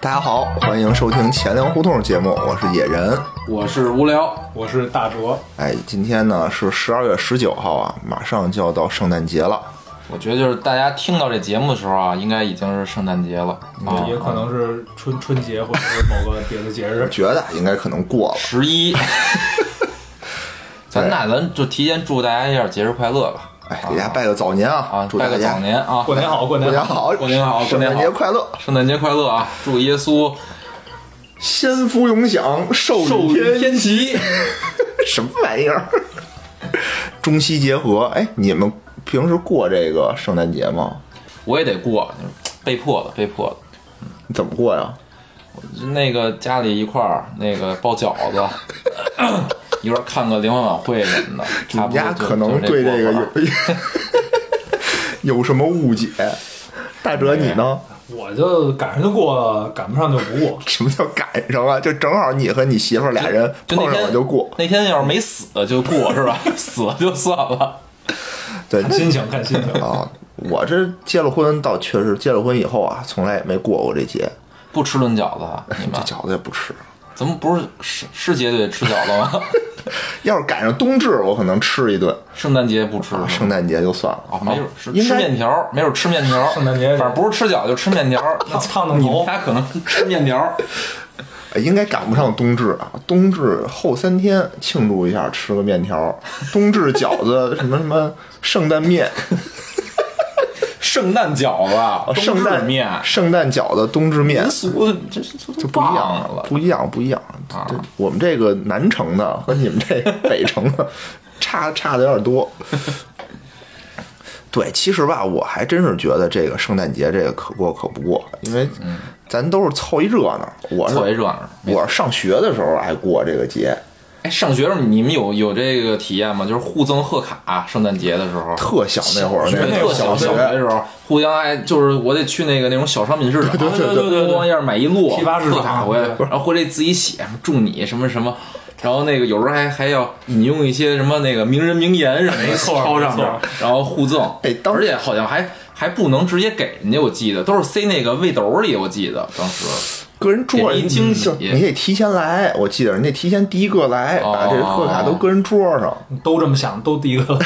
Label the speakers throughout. Speaker 1: 大家好，欢迎收听钱粮胡同节目，我是野人。
Speaker 2: 我是无聊，
Speaker 3: 我是大哲，
Speaker 1: 哎，今天呢是十二月十九号啊，马上就要到圣诞节了。
Speaker 2: 我觉得就是大家听到这节目的时候啊，应该已经是圣诞节了啊，
Speaker 3: 也可能是春春节或者是某个别的节日
Speaker 1: 我。觉得应该可能过了。
Speaker 2: 十一。 咱那咱就提前祝大家一下节日快乐吧，
Speaker 1: 哎，给大家拜个早年啊！
Speaker 2: 啊，
Speaker 1: 祝
Speaker 2: 拜
Speaker 1: 大
Speaker 2: 个
Speaker 1: 家
Speaker 2: 早年啊，
Speaker 3: 过年好，过
Speaker 1: 过
Speaker 3: 年
Speaker 1: 年好，
Speaker 2: 过年好
Speaker 1: 圣诞
Speaker 2: 过
Speaker 1: 节
Speaker 2: 年好
Speaker 1: 快乐，
Speaker 2: 圣诞节快乐啊！祝耶稣
Speaker 1: 仙福永享，寿
Speaker 2: 寿
Speaker 1: 与
Speaker 2: 与
Speaker 1: 天
Speaker 2: 天齐。
Speaker 1: 什么玩意儿？ 中西结合。哎，你们平时过这个圣诞节吗？
Speaker 2: 我也得过，就是被迫的，被迫的。
Speaker 1: 你怎么过呀？
Speaker 2: 那个家里一块儿那个包饺 子，一块儿看个联欢晚会什么的，
Speaker 1: 你
Speaker 2: 差
Speaker 1: 们
Speaker 2: 不多
Speaker 1: 家
Speaker 2: 就
Speaker 1: 可能
Speaker 2: 就
Speaker 1: 对这个
Speaker 2: 过
Speaker 1: 有
Speaker 2: 法
Speaker 1: 有 什么误解？大哲，你呢？
Speaker 3: 我就赶上就过，赶不上就不 过。
Speaker 1: 什么叫赶上啊？就正好你和你媳妇儿俩人
Speaker 2: 就那
Speaker 1: 碰上了
Speaker 2: 天
Speaker 1: 就过。
Speaker 2: 那天要是没死就过是吧？ 死了就算了。
Speaker 1: 对，。
Speaker 3: 看心情，看心情
Speaker 1: 啊，我这结了婚倒确实结了婚以后啊，从来也没过过这节。
Speaker 2: 不吃论饺子啊，你
Speaker 1: 这
Speaker 2: 们
Speaker 1: 饺子也不吃。
Speaker 2: 咱们不是是是节得吃饺子吗？
Speaker 1: 要是赶上冬至，我可能吃一顿；
Speaker 2: 圣诞节不吃是吗
Speaker 1: 圣诞节就算了。
Speaker 2: 嗯
Speaker 1: 啊
Speaker 2: 哦，没准吃
Speaker 1: 应
Speaker 2: 吃
Speaker 1: 该
Speaker 2: 面条，没准吃面条。
Speaker 3: 圣诞节
Speaker 2: 反正不是吃饺子就吃面条， 那
Speaker 3: 烫烫
Speaker 2: 你
Speaker 3: 头
Speaker 2: 们家可能吃面条。
Speaker 1: 哎应该赶不上冬至啊。冬至后三天庆祝一下，吃个面条，冬至饺子什么什么圣诞 面、
Speaker 2: 圣诞饺子，啊
Speaker 1: 啊
Speaker 2: 冬
Speaker 1: 哦圣
Speaker 2: 至
Speaker 1: 诞
Speaker 2: 面，
Speaker 1: 圣诞饺子、冬至面
Speaker 2: 民。俗的这这
Speaker 1: 就
Speaker 2: 就
Speaker 1: 不一样
Speaker 2: 了。
Speaker 1: 不一样，不一样。
Speaker 2: 啊
Speaker 1: 这我们这个南城的和你们这个北城 的差差的有点多。对，其实吧，我还真是觉得这个圣诞节这个可过可不过，因为咱都是凑一热闹。我
Speaker 2: 特别
Speaker 1: 是
Speaker 2: 嗯热闹。
Speaker 1: 我上学的时候还过这个节，
Speaker 2: 哎，上学时候你们有有这个体验吗？就是互赠贺卡，啊圣诞节的时候。
Speaker 1: 特小那会儿，
Speaker 2: 对，
Speaker 1: 那
Speaker 2: 特
Speaker 1: 个
Speaker 2: 小
Speaker 1: 学
Speaker 2: 小学的时候，互相爱就是我得去那个那种小商品市场，啊
Speaker 1: 对对对对
Speaker 3: 对对
Speaker 2: 咣咣一下买一摞
Speaker 3: 批发市场
Speaker 2: 贺卡回来，
Speaker 3: 对
Speaker 2: 然后回来自己写祝你什么什么，然后那个有时候还还要引用一些什么那个名人名言什么的
Speaker 3: 没错
Speaker 2: 抄上去
Speaker 3: 没错，
Speaker 2: 然后互赠，
Speaker 1: 哎当时
Speaker 2: 而且好像还还不能直接给人家，我记得都是塞那个胃兜里，我记得当时
Speaker 1: 个人桌
Speaker 2: 给
Speaker 1: 上
Speaker 2: 人一惊喜
Speaker 1: 你你得提前来，我记得人家提前第一个来，
Speaker 2: 哦
Speaker 1: 把这贺卡都搁人桌上。
Speaker 3: 都这么想，都第一个。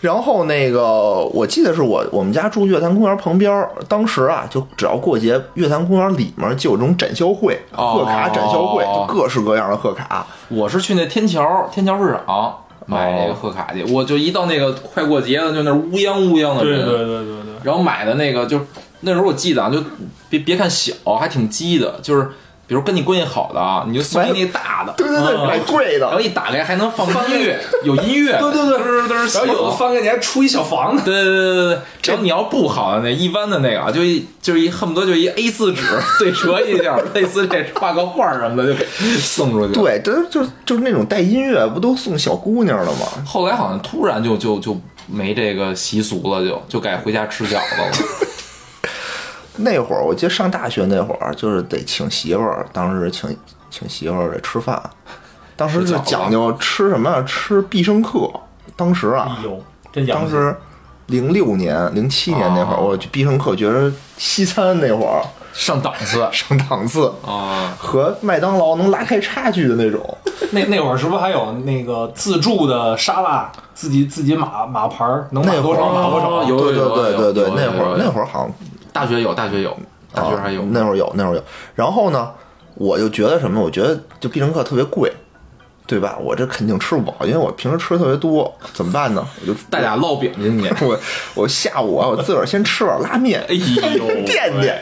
Speaker 1: 然后那个，我记得是我我们家住月坛公园旁边儿，当时啊，就只要过节，月坛公园里面就有这种展销会，
Speaker 2: 哦
Speaker 1: 贺卡展销会，就各式各样的贺卡。
Speaker 2: 我是去那天桥天桥市场。买那个贺卡去，我就一到那个快过节了，就那乌泱乌泱的
Speaker 3: 对
Speaker 2: 人，
Speaker 3: 对对对对，
Speaker 2: 然后买的那个就那时候我记得啊，就别别看小，还挺鸡的，就是比如跟你关系好的啊，你就送一那大的，
Speaker 1: 对对对，
Speaker 3: 嗯
Speaker 1: 买贵
Speaker 2: 然后
Speaker 1: 的，
Speaker 2: 一打开还能放音乐，有音乐，
Speaker 3: 对对对
Speaker 2: 嘚嘚
Speaker 3: 然后有的翻给你还出一小房子，
Speaker 2: 对对对对对，然后你要不好的那一般的那个啊，就一就是一恨不得就一 A 四纸对折一下，类似这画个画什么的就给送出去。，
Speaker 1: 对，这就就是那种带音乐，不都送小姑娘了吗？
Speaker 2: 后来好像突然就就就没这个习俗了，就就改回家吃饺子 了。
Speaker 1: 那会儿我记得上大学那会儿，就是得请媳妇儿，当时请请媳妇儿吃饭，当时就
Speaker 2: 吃饺子
Speaker 1: 讲究吃什么呀？吃必胜客。当时啊，
Speaker 3: 哎呦，真洋
Speaker 1: 当
Speaker 3: 气！
Speaker 1: 时零六年、零七年那会儿，
Speaker 2: 哦
Speaker 1: 我去必胜客，觉得西餐那会儿
Speaker 2: 上档次
Speaker 1: 上档次，
Speaker 2: 啊，
Speaker 1: 和麦当劳能拉开差距的那 种。
Speaker 3: 那那会儿是不是还有那个自助的沙拉，自己自己码码盘儿，能码
Speaker 1: 那会
Speaker 3: 多
Speaker 1: 儿
Speaker 3: 少码多
Speaker 2: 哦
Speaker 3: 少？
Speaker 2: 有
Speaker 1: 对
Speaker 2: 有有
Speaker 1: 对对
Speaker 2: 有
Speaker 1: 对，
Speaker 2: 有
Speaker 1: 那会
Speaker 2: 有
Speaker 1: 儿
Speaker 2: 有
Speaker 1: 那会儿好像
Speaker 2: 大学有大学有，大学还有
Speaker 1: 啊。那会儿有那会儿有。然后呢，我就觉得什么？我觉得就必胜客特别贵。对吧？我这肯定吃不饱，因为我平时吃的特别多，怎么办呢？我就
Speaker 2: 带俩烙饼进去。
Speaker 1: 我我下午啊，我自个儿先吃碗拉面，
Speaker 2: 哎呦
Speaker 1: 垫垫，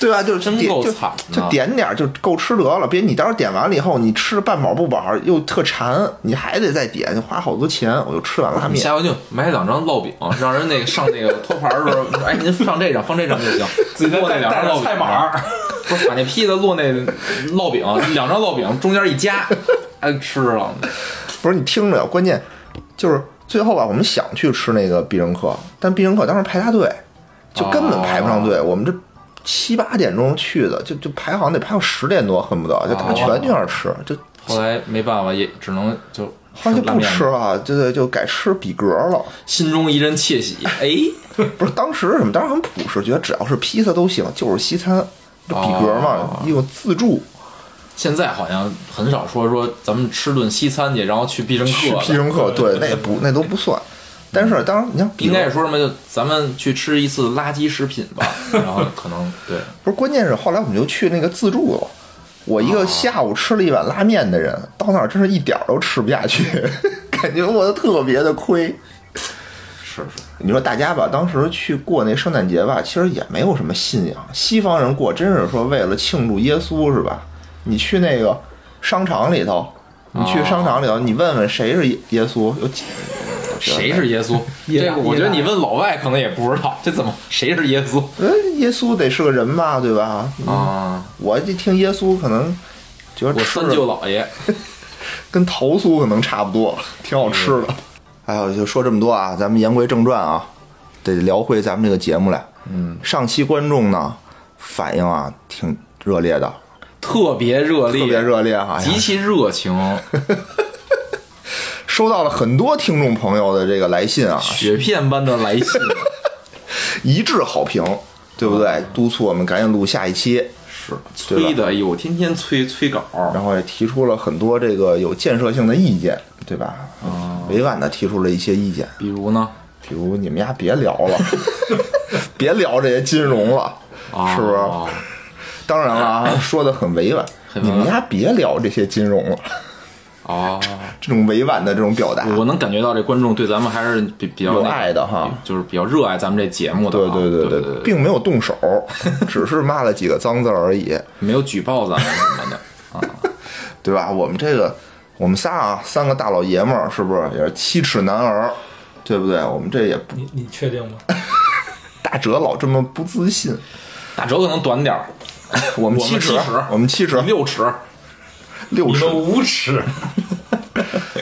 Speaker 1: 对吧？就
Speaker 2: 真
Speaker 1: 点
Speaker 2: 够
Speaker 1: 就
Speaker 2: 惨啊
Speaker 1: 就
Speaker 2: 的
Speaker 1: 点点儿就够吃得了，别你到时候点完了以后，你吃半饱不饱，又特馋，你还得再点，就花好多钱。我就吃碗拉
Speaker 3: 嗯
Speaker 2: 你
Speaker 1: 面，
Speaker 2: 下回就买两张烙饼，让人那个上 那个托盘儿的时候，哎，您放这张，放这张就行。
Speaker 3: 自己再
Speaker 2: 落那
Speaker 3: 带
Speaker 2: 两
Speaker 3: 带
Speaker 2: 张
Speaker 3: 着
Speaker 2: 烙
Speaker 3: 菜
Speaker 2: 饼
Speaker 3: 码儿，
Speaker 2: 不是把那坯子落那烙饼，两张烙饼中间一夹，哎，吃了。
Speaker 1: 不是你听着，关键就是最后吧，我们想去吃那个必胜客，但必胜客当时排大队，就根本排不上
Speaker 2: 哦
Speaker 1: 队。我们这七八点钟去的，就就排好像得排到十点多，恨不得就
Speaker 2: 哦
Speaker 1: 大家全去那儿吃，就
Speaker 2: 后来没办法，也只能就
Speaker 1: 后来就
Speaker 2: 拉
Speaker 1: 不
Speaker 2: 面
Speaker 1: 吃
Speaker 2: 了。
Speaker 1: 了，就就就改吃比格了。
Speaker 2: 心中一阵窃喜，哎，
Speaker 1: 不是当时是什么？当时很朴实，觉得只要是披萨都行，就是西餐。这比格嘛，一种自助
Speaker 2: 现在好像很少说说咱们吃顿西餐去，然后去必胜
Speaker 1: 去
Speaker 2: 客了，
Speaker 1: 必胜客，对，那也不那都不算。但是当然，你像比
Speaker 2: 应
Speaker 1: 如
Speaker 2: 该是说什么就咱们去吃一次垃圾食品 吧，然后可能对
Speaker 1: 不是，关键是后来我们就去那个自助了。我一个下午吃了一碗拉面的人，到那儿真是一点儿都吃不下去， 感觉我特别的亏。
Speaker 2: 是是
Speaker 1: 你说大家吧，当时去过那圣诞节吧，其实也没有什么信仰。西方人过真是说为了庆祝耶稣是吧？你去那个商场里头，你去商场里头，你问问谁是耶耶稣，有几
Speaker 2: 谁是 耶稣？
Speaker 3: 耶
Speaker 2: 这个
Speaker 3: 大
Speaker 2: 我觉得
Speaker 3: 耶大
Speaker 2: 你问老外可能也不知道，这怎么谁是耶稣
Speaker 1: 呃耶稣得是个人吧，对吧？
Speaker 2: 啊？
Speaker 1: 我一听耶稣可能觉得
Speaker 2: 我
Speaker 1: 吃
Speaker 2: 三舅姥爷，
Speaker 1: 跟桃酥可能差不多，挺好吃的。哎呦，就说这么多啊，咱们言归正传啊，得聊回咱们这个节目来。嗯，上期观众呢反应啊挺热烈的，
Speaker 2: 特别热烈，
Speaker 1: 特别哎热烈哈、哎呀
Speaker 2: 极其热情，
Speaker 1: 收到了很多听众朋友的这个来信啊，
Speaker 2: 雪片般的 来信，
Speaker 1: 一致好评，对不对？督促我们赶紧录下一期。是，
Speaker 2: 催嗯的，哎呦，天天催催稿，
Speaker 1: 然后也提出了很多这个有建设性的意见，对吧？
Speaker 2: 嗯
Speaker 1: 委婉的提出了一些意见，
Speaker 2: 比如呢，
Speaker 1: 比如你们家别聊 了，别聊这些金融了，
Speaker 2: 啊
Speaker 1: 是不是？当然了啊，说的很委婉，
Speaker 2: 很委
Speaker 1: 你
Speaker 2: 婉
Speaker 1: 们家别聊这些金融了，
Speaker 2: 啊，
Speaker 1: 这种委婉的这种表达，
Speaker 2: 我能感觉到这观众对咱们还是比比较
Speaker 1: 有
Speaker 2: 那个
Speaker 1: 爱的哈，
Speaker 2: 就是比较热爱咱们这节目的
Speaker 1: 对
Speaker 2: 啊，
Speaker 1: 对
Speaker 2: 对
Speaker 1: 对
Speaker 2: 对，
Speaker 1: 并没有动手，只是骂了几个脏字儿而已，
Speaker 2: 没有举报咱们什么的。
Speaker 1: 对吧？我们这个，我们仨啊，三个大老爷们儿，是不是也是七尺男儿，对不对？我们这也不
Speaker 3: 你你确定吗？
Speaker 1: 大哲老这么不自信，
Speaker 2: 打折可能短点儿，
Speaker 1: 我们
Speaker 2: 我们
Speaker 1: 七尺
Speaker 2: 七尺，
Speaker 1: 我们七尺，
Speaker 2: 六尺，
Speaker 1: 六
Speaker 3: 你
Speaker 1: 尺
Speaker 3: 们无耻！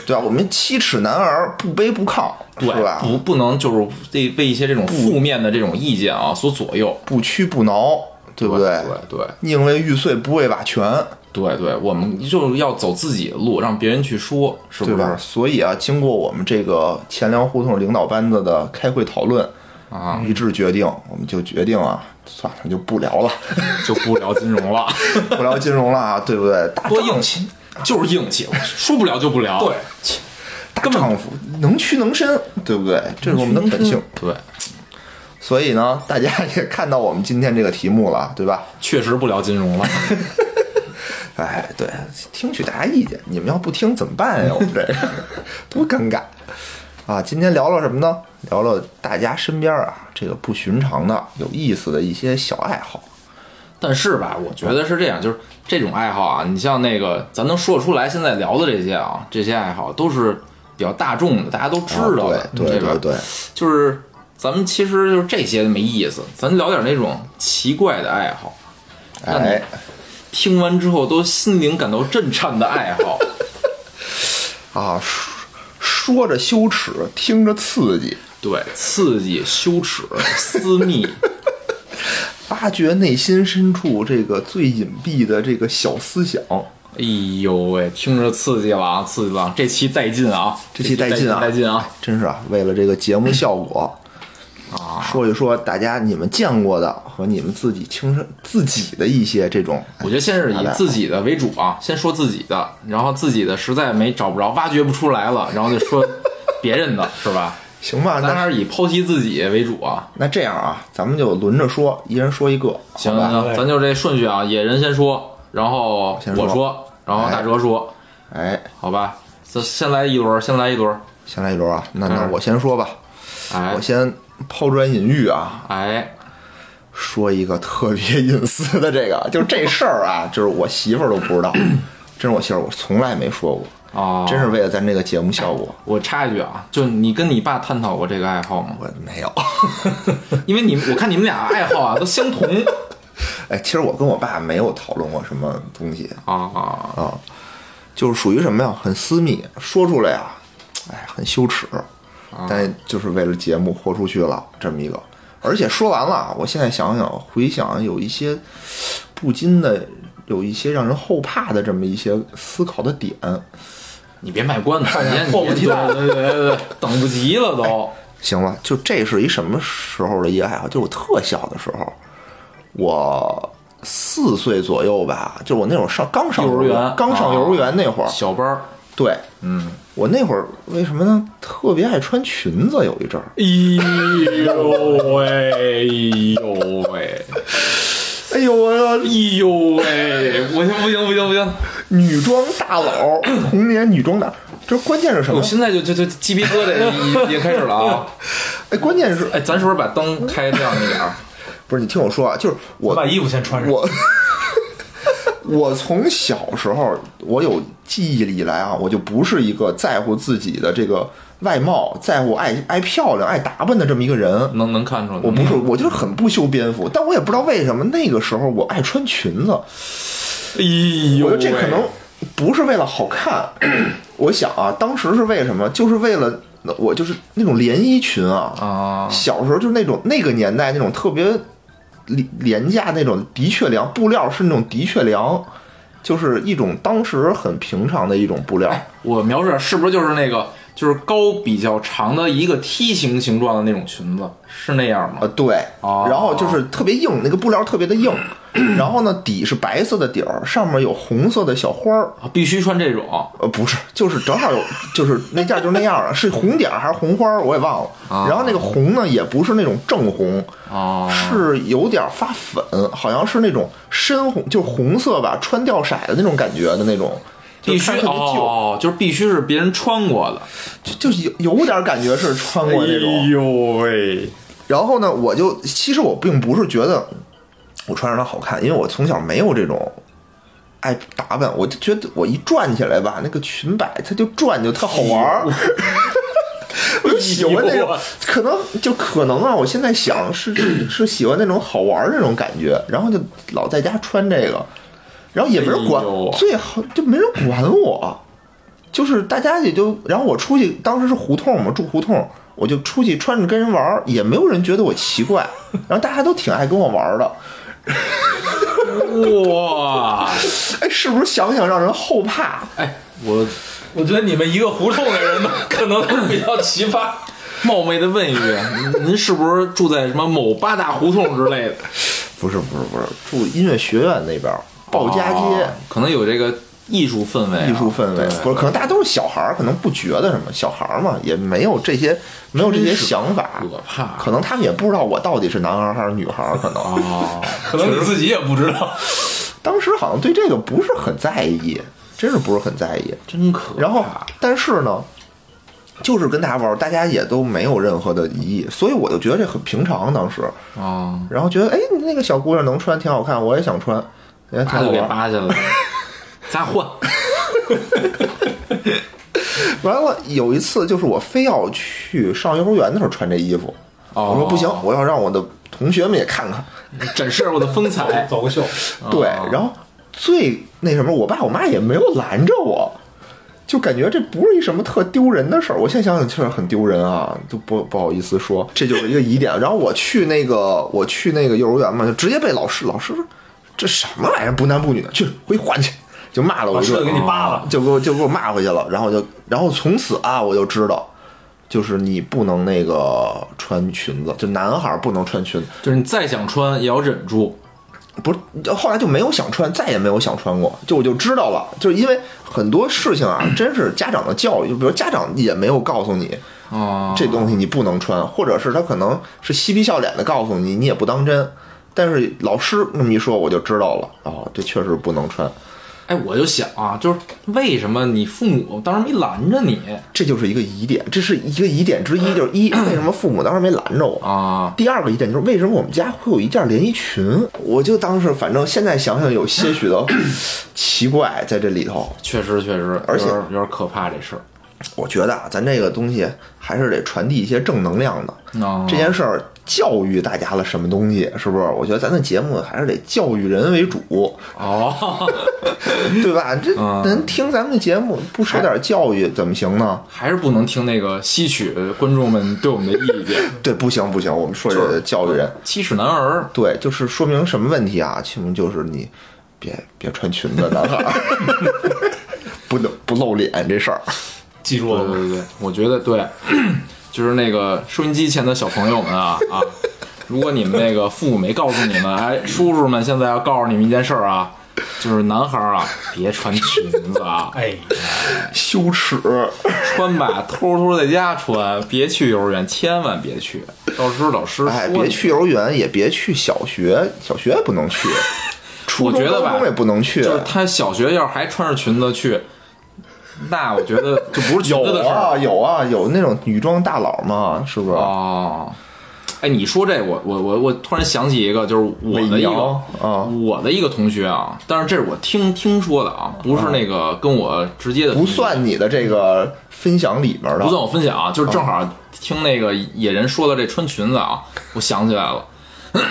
Speaker 1: 对吧？我们七尺男儿不卑不亢，
Speaker 2: 对
Speaker 1: 是，吧？
Speaker 2: 不不能就是被被一些这种负面的这种意见啊所左右，
Speaker 1: 不屈不挠，对不
Speaker 2: 对？对
Speaker 1: 宁为玉碎不为瓦全，
Speaker 2: 对对，我们就是要走自己的路，让别人去说，是
Speaker 1: 对
Speaker 2: 不
Speaker 1: 吧？
Speaker 2: 是？
Speaker 1: 所以啊，经过我们这个钱粮胡同领导班子的开会讨论
Speaker 2: 啊，
Speaker 1: 一致决定，我们就决定啊，算了，就不聊了，
Speaker 2: 就不聊金融了，
Speaker 1: 不聊金融了啊，对不对？大
Speaker 2: 多
Speaker 1: 丈
Speaker 2: 硬气，就是硬气，我说不聊就不聊。
Speaker 3: 对，
Speaker 1: 大丈夫能屈能伸，对不对？这是我们的本性。
Speaker 2: 对，
Speaker 1: 所以呢，大家也看到我们今天这个题目了，对吧？
Speaker 2: 确实不聊金融了。
Speaker 1: 哎，对，听取大家意见，你们要不听怎么办呀？我们这个多尴尬啊！今天聊聊什么呢？聊聊大家身边啊这个不寻常的、有意思的一些小爱好。
Speaker 2: 但是吧，我觉得是这样，就是这种爱好啊，你像那个咱能说得出来，现在聊的这些啊，这些爱好都是比较大众的，大家都知道嗯的，哦
Speaker 1: 对对
Speaker 2: 吧
Speaker 1: 对对，
Speaker 2: 就是咱们其实就是这些没意思，咱聊点那种奇怪的爱好，让你
Speaker 1: 哎，
Speaker 2: 听完之后都心灵感到震颤的爱 好。
Speaker 1: 啊，说说着羞耻，听着刺激，
Speaker 2: 对，刺激、羞耻、私密，
Speaker 1: 发掘内心深处这个最隐蔽的这个小思想。
Speaker 2: 哎呦喂，听着刺激了啊，刺激了啊！这期带劲啊，
Speaker 1: 这期带
Speaker 2: 带
Speaker 1: 劲啊
Speaker 2: 带劲啊！
Speaker 1: 真是啊，为了这个节目效果。
Speaker 2: 啊
Speaker 1: 说一说大家你们见过的和你们自己亲身自己的一些这种，
Speaker 2: 我觉得先是以自己的为主啊，先说自己的，然后自己的实在没找不着，挖掘不出来了，然后就说别人的是吧？
Speaker 1: 行吧？
Speaker 2: 咱
Speaker 1: 那
Speaker 2: 还是以剖析自己为主啊。
Speaker 1: 那这样啊，咱们就轮着说，一人说一个，
Speaker 2: 行啊
Speaker 1: 好吧？
Speaker 2: 行，行咱就这顺序啊，野人先说，然后
Speaker 1: 先说
Speaker 2: 我说，然后大哲说，
Speaker 1: 哎，
Speaker 2: 好吧？这先来一轮，先来一轮，
Speaker 1: 先来一轮啊，那那
Speaker 2: 嗯
Speaker 1: 我先说吧，
Speaker 2: 哎
Speaker 1: 我先抛砖引玉啊，
Speaker 2: 哎，
Speaker 1: 说一个特别隐私的这个，就是 这事儿啊，就是我媳妇儿都不 知道，真是我媳妇儿，我从来没说过，
Speaker 2: 哦，
Speaker 1: 真是为了咱这个节目效果，
Speaker 2: 我插一句啊，就你跟你爸探讨过这个爱 好吗？
Speaker 1: 我没有。
Speaker 2: 因为你们我看你们俩爱好啊都相同
Speaker 1: 哎，其实我跟我爸没有讨论过什么东西，
Speaker 2: 啊，
Speaker 1: 啊，就是属于什么呀？很私密，说出来呀、哎，很羞耻，
Speaker 2: 啊
Speaker 1: 但就是为了节目豁出去了这么一个。而且说完了，啊我现在想想，回想有一些不禁的，有一些让人后怕的这么一些思考的点。
Speaker 2: 你别卖关子，你先
Speaker 3: 迫不及待
Speaker 2: 你先对对对对对，等不及了都。
Speaker 1: 行了，就这是一什么时候的一个爱好？就是我特小的时候，我四岁左右吧，就我那会儿上刚上
Speaker 2: 幼儿园啊
Speaker 1: 刚上幼儿园那会儿，
Speaker 2: 小班儿，
Speaker 1: 对，嗯，我那会儿为什么呢？特别爱穿裙子，有一阵儿。
Speaker 2: 哎呦喂，哎呦喂，
Speaker 1: 哎呦，我要
Speaker 2: 哎呦喂，不行不行不行不行，
Speaker 1: 女装大 佬，童年女装大，这关键是什么
Speaker 2: 我？现在就就就鸡皮疙瘩也也开始了啊！
Speaker 1: 哎，关键是
Speaker 2: 哎，咱是不是把灯开亮一点儿？
Speaker 1: 不是你听我说啊？就是我
Speaker 3: 把衣服先穿上。
Speaker 1: 我我 从小时候，我有记忆以来啊，我就不是一个在乎自己的这个外貌，在乎爱爱漂亮、爱打扮的这么一个人。
Speaker 2: 能能看出来？
Speaker 1: 我不是，我就是很不修边幅，但我也不知道为什么那个时候我爱穿裙子。
Speaker 2: 哎呦
Speaker 1: 我觉
Speaker 2: 喂，
Speaker 1: 得这可能不是为了好看， 我想啊，当时是为什么？就是为了我就是那种连衣裙啊，
Speaker 2: 啊，
Speaker 1: 小时候就是那种那个年代那种特别廉廉价那种的确良，布料是那种的确良，就是一种当时很平常的一种布料。
Speaker 2: 我描述一下是不是就是那个就是高比较长的一个梯形形状的那种裙子，是那样吗
Speaker 1: 呃，？对，
Speaker 2: 哦
Speaker 1: 然后就是特别硬，那个布料特别的硬，然后呢底是白色的底儿，上面有红色的小花儿，
Speaker 2: 啊必须穿这种
Speaker 1: 呃，不是，就是正好有，就是那件儿就那样了，是红点儿还是红花儿，我也忘了。
Speaker 2: 啊
Speaker 1: 然后那个红呢，也不是那种正红，
Speaker 2: 啊
Speaker 1: 是有点儿发粉，好像是那种深红，就是红色吧，穿吊色的那种感觉的那种，就
Speaker 2: 必须
Speaker 1: 看着特别旧，
Speaker 2: 哦，就是必须是别人穿过的。哎
Speaker 1: 就就有有点儿感觉是穿过那种。
Speaker 2: 呦喂，
Speaker 1: 然后呢，我就其实我并不是觉得我穿上它好看，因为我从小没有这种爱打扮，我就觉得我一转起来吧，那个裙摆它就转就特好玩儿。 我就喜欢那种，
Speaker 2: 啊
Speaker 1: 可能就可能啊！我现在想是是是喜欢那种好玩儿那种感觉，然后就老在家穿这个，然后也没人管
Speaker 2: 哎呦，
Speaker 1: 最好就没人管我，就是大家也就，然后我出去，当时是胡同嘛，住胡同，我就出去穿着跟人玩儿，也没有人觉得我奇怪，然后大家都挺爱跟我玩儿的，
Speaker 2: 哇！
Speaker 1: 哎，是不是想想让人后怕？
Speaker 2: 哎，我
Speaker 3: 我觉得你们一个胡同的人 都可能都比较奇葩。
Speaker 2: 冒昧的问一句，您是不是住在什么某八大胡同之类的？
Speaker 1: 不是不是不是，住音乐学院那边儿，鲍家街。
Speaker 2: 哦可能有这个艺术氛围啊、
Speaker 1: 艺术氛围，不是，可能大家都是小孩儿，可能不觉得什么，小孩儿嘛，也没有这些，没有这些想法，
Speaker 2: 可怕
Speaker 1: 可能他们也不知道我到底是男孩儿还是女孩儿，可能、
Speaker 2: 哦，
Speaker 3: 可能你自己也不知道。
Speaker 1: 当时好像对这个不是很在意，真是不是很在意。
Speaker 2: 真可怕。
Speaker 1: 然后，但是呢，就是跟大家玩儿，大家也都没有任何的疑义，所以我就觉得这很平常。当时，
Speaker 2: 哦，
Speaker 1: 然后觉得，哎，那个小姑娘能穿挺好看，我也想穿，也挺
Speaker 2: 他
Speaker 1: 好
Speaker 2: 就给
Speaker 1: 玩儿。
Speaker 2: 扒下来了， 咱换。
Speaker 1: 完了，有一次就是我非要去上幼儿园的时候穿这衣服，
Speaker 2: 哦
Speaker 1: 我说不行，我要让我的同学们也看看。
Speaker 2: 展示我的风采。
Speaker 3: 走个秀，
Speaker 1: 对，然后最那什么，我爸我妈也没有拦着我，就感觉这不是一什么特丢人的事儿。我现在想想确实很丢人啊，就不不好意思说，这就是一个疑点。然后我去那个我去那个幼儿园嘛，就直接被老师老师说这什么玩意儿不男不女的，去回去换去，就骂了我
Speaker 3: 老
Speaker 1: 一
Speaker 3: 师
Speaker 1: 顿嗯
Speaker 3: 就给。你扒了。
Speaker 1: 就给我就给我骂回去了，然后就然后从此啊，我就知道，就是你不能那个穿裙子，就男孩儿不能穿裙子，
Speaker 2: 就是你再想穿也要忍住。
Speaker 1: 不是后来就没有想穿，再也没有想穿过，就我就知道了，就是因为很多事情啊，真是家长的教育，就比如家长也没有告诉你
Speaker 2: 哦，
Speaker 1: 这东西你不能穿，或者是他可能是嬉皮笑脸的告诉你，你也不当真。但是老师那么一说，我就知道了，哦，这确实不能穿，
Speaker 2: 哎，我就想啊，就是为什么你父母当时没拦着你
Speaker 1: 这就是一个疑点，这是一个疑点之一，就是一为什么父母当时没拦着我？
Speaker 2: 啊？
Speaker 1: 第二个疑点就是为什么我们家会有一件连衣裙？我就当时反正现在想想有些许的奇怪在这里头。
Speaker 2: 确实，确实，
Speaker 1: 而且
Speaker 2: 有点有点可怕这事儿。
Speaker 1: 我觉得啊，咱这个东西还是得传递一些正能量的。
Speaker 2: 哦
Speaker 1: 这件事儿教育大家了什么东西，是不是？我觉得咱的节目还是得教育人为主，
Speaker 2: 哦，
Speaker 1: 对吧？这
Speaker 2: 嗯
Speaker 1: 人听咱们的节目不受点教育怎么行呢？
Speaker 2: 还是不能听那个吸取观众们对我们的意见。
Speaker 1: 对，不行不行，我们说这个教育人，
Speaker 2: 七尺男儿，
Speaker 1: 对，就是说明什么问题啊？其实就是你别别穿裙子，男孩 儿，不能不露脸这事儿。
Speaker 3: 记住
Speaker 2: 对
Speaker 3: 了，
Speaker 2: 对对，我觉得对，就是那个收音机前的小朋友们啊啊，如果你们那个父母没告诉你们，哎，叔叔们现在要告诉你们一件事儿啊，就是男孩儿啊，别穿裙子啊，
Speaker 3: 哎，
Speaker 1: 羞耻，
Speaker 2: 穿吧，偷偷在家穿，别去幼儿园，千万别去。到时候老师
Speaker 1: 哎，
Speaker 2: 说
Speaker 1: 别
Speaker 2: 你
Speaker 1: 去幼儿园，也别去小学，小学也不能去，初
Speaker 2: 我
Speaker 1: 中
Speaker 2: 觉得吧
Speaker 1: 高中也不能去，
Speaker 2: 就是他小学要是还穿着裙子去，那我觉得就不是裙子的
Speaker 1: 有
Speaker 2: 事儿
Speaker 1: 啊有啊有那种女装大佬嘛，是不是？
Speaker 2: 哦。哎，你说这我我我我突然想起一个，就是我的
Speaker 1: 伪
Speaker 2: 一个
Speaker 1: 娘啊
Speaker 2: 我的一个同学啊，但是这是我听听说的啊，不是那个跟我直接的
Speaker 1: 嗯不算你的这个分享里面的，
Speaker 2: 不算我分享啊，
Speaker 1: 嗯
Speaker 2: 就是正好听那个野人说到这穿裙子啊，我想起来了。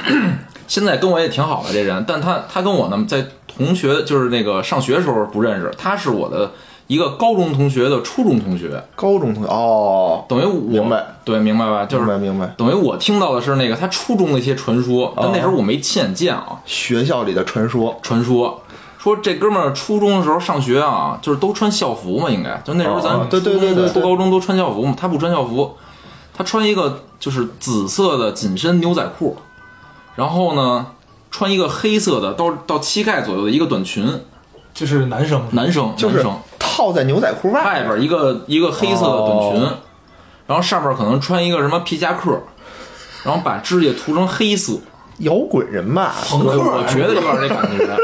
Speaker 2: 现在跟我也挺好的这人，但他他跟我呢在同学就是那个上学的时候不认识，他是我的一个高中同学的初中同学，
Speaker 1: 高中同学哦，
Speaker 2: 等于我
Speaker 1: 明白
Speaker 2: 对明白吧？就
Speaker 1: 明白
Speaker 2: 是
Speaker 1: 明白，
Speaker 2: 等于我听到的是那个他初中的一些传
Speaker 1: 哦
Speaker 2: 说，但那时候我没亲眼见啊，
Speaker 1: 学校里的传说，
Speaker 2: 传说。说这哥们儿初中的时候上学啊，就是都穿校服嘛，应该就那时候咱
Speaker 1: 哦哦
Speaker 2: 们
Speaker 1: 对对
Speaker 2: 初中
Speaker 1: 对对对
Speaker 2: 初高中都穿校服嘛，他不穿校服，他穿一个就是紫色的紧身牛仔裤，然后呢穿一个黑色的到到膝盖左右的一个短裙，
Speaker 3: 这是男生，
Speaker 2: 男生
Speaker 1: 就是
Speaker 2: 男生
Speaker 1: 套在牛仔裤
Speaker 2: 外
Speaker 1: 外
Speaker 2: 边一个一个黑色的短裙，
Speaker 1: 哦
Speaker 2: 然后上面可能穿一个什么皮夹克，然后把指甲涂成黑色，
Speaker 1: 摇滚人吧，
Speaker 3: 朋克
Speaker 2: 我觉得有点那感 觉。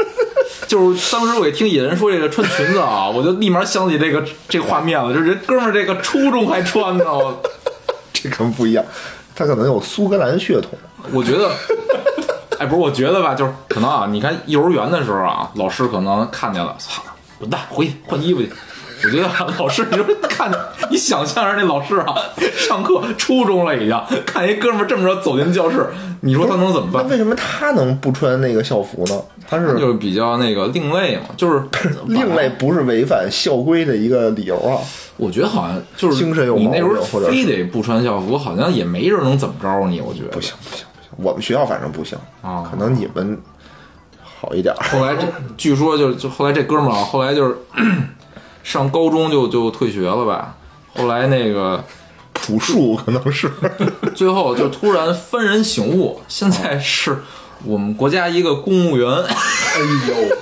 Speaker 2: 就是当时我一听野人说这个穿裙子啊，我就立马想起这个这个画面了，就是人哥们儿这个初中还穿呢，我
Speaker 1: 这可能不一样，他可能有苏格兰血统，
Speaker 2: 我觉得，哎，不是，我觉得吧，就是可能啊，你看幼儿园的时候啊，老师可能看见了，操，滚蛋，回去换衣服去。我觉得啊老师就是看，你想象一下那老师啊，上课初中了已经，看一哥们儿这么着走进教室，你说他能怎么
Speaker 1: 那
Speaker 2: 办？
Speaker 1: 为什么他能不穿那个校服呢？他
Speaker 2: 啊他就是是比较那个另类嘛，就是
Speaker 1: 另类，不是违反校规的一个理由啊。
Speaker 2: 我觉得好像就是
Speaker 1: 精神有
Speaker 2: 你那时
Speaker 1: 毛病或
Speaker 2: 候
Speaker 1: 者是
Speaker 2: 非得不穿校服，好像也没人能怎么着你。我觉得
Speaker 1: 不行不行不行，我们学校反正不行，
Speaker 2: 啊
Speaker 1: 可能你们好一点儿。
Speaker 2: 后来这据说就就后来这哥们儿啊，后来就是上高中就就退学了吧。后来那个
Speaker 1: 朴 树可能是
Speaker 2: 最后就突然幡然醒悟，现在是我们国家一个 公务员，
Speaker 1: 哎呦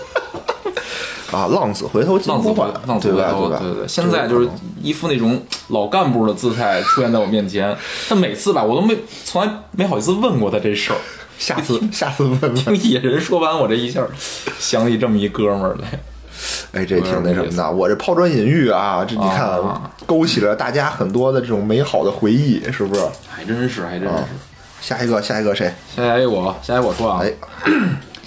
Speaker 1: 啊，浪子回头金
Speaker 2: 浪子
Speaker 1: 不
Speaker 2: 回
Speaker 1: 换，
Speaker 2: 浪子
Speaker 1: 对
Speaker 2: 回
Speaker 1: 吧？
Speaker 2: 头，
Speaker 1: 吧？
Speaker 2: 对对，现在就是一副那种老干部的姿态出现在我面前。但每次吧，我都没从来没好意思问过他这事儿。
Speaker 1: 下次 下次问问。
Speaker 2: 听野人说完，我这一下想起这么一哥们儿来。
Speaker 1: 哎，这挺那什么的，我这抛砖引玉啊，这你看
Speaker 2: 啊
Speaker 1: 勾起了大家很多的这种美好的回忆，是不是？
Speaker 2: 还真是，还真是。
Speaker 1: 下一个，下一个谁？
Speaker 2: 啊下来我，下来我说啊，
Speaker 1: 哎，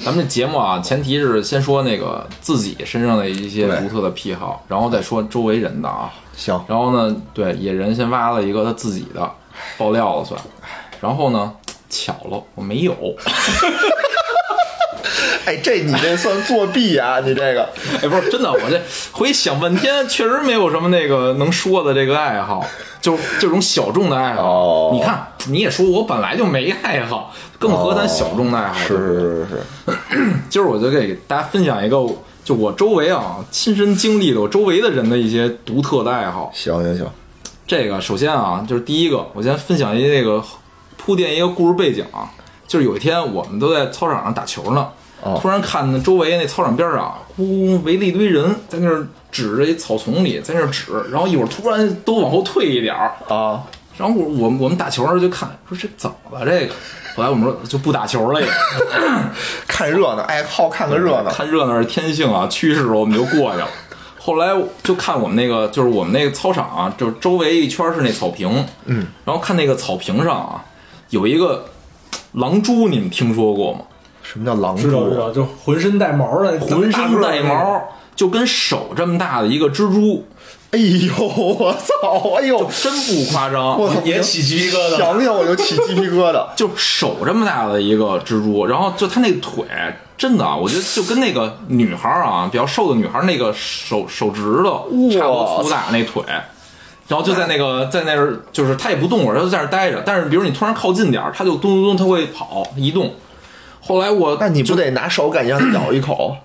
Speaker 2: 咱们这节目啊，前提是先说那个自己身上的一些
Speaker 1: 对
Speaker 2: 独特的癖好，然后再说周围人的啊。
Speaker 1: 行，
Speaker 2: 然后呢，对野人先挖了一个他自己的爆料了算，然后呢，巧了，我没有。
Speaker 1: 哎，这你这算作弊 啊！你这个，
Speaker 2: 哎，不是真的，我这回想半天，确实没有什么那个能说的这个爱好，就这种小众的爱好。
Speaker 1: 哦
Speaker 2: 你看，你也说我本来就没爱好，更何谈小众的爱好？
Speaker 1: 哦是是是是，
Speaker 2: 今儿我就给大家分享一个，就我周围啊亲身经历的，我周围的人的一些独特的爱好。
Speaker 1: 行行行，
Speaker 2: 这个首先啊，就是第一个，我先分享一那个铺垫一个故事背景啊，就是有一天我们都在操场上打球呢，
Speaker 1: 哦
Speaker 2: 突然看见周围那操场边儿啊，咕咕围了一堆人在那儿指着一草丛里，在那儿指，然后一会儿突然都往后退一点儿，
Speaker 1: 啊，
Speaker 2: 然后我我们我们打球的时候就看，说这怎么了这个？后来我们说就不打球了也。
Speaker 1: 看热闹，哎，好看个热闹，
Speaker 2: 看热闹是天性啊，驱使着我们就过去了。后来就看我们那个，就是我们那个操场啊，就是周围一圈是那草坪，嗯，然后看那个草坪上啊，有一个狼蛛，你们听说过吗？
Speaker 1: 什么叫狼啊
Speaker 3: 知道知
Speaker 1: 蛛？
Speaker 3: 道，就浑身带毛的，
Speaker 2: 浑
Speaker 3: 大个
Speaker 2: 身
Speaker 3: 儿的
Speaker 2: 带毛，就跟手这么大的一个蜘蛛，
Speaker 1: 哎呦，我操！哎呦，
Speaker 2: 真不夸张，。
Speaker 1: 我操！
Speaker 3: 也起鸡皮疙瘩
Speaker 1: 想想我就起鸡皮疙瘩
Speaker 2: 就手这么大的一个蜘蛛，然后就它那腿真的啊，我觉得就跟那个女孩儿啊，比较瘦的女孩儿那个手手指头差不多粗大那腿，然后就在那个在那儿，就是它也不动我，它就在那儿待着。但是比如你突然靠近点儿，它就咚咚咚，它会跑移动。后来我
Speaker 1: 那你不得拿手感觉咬一口，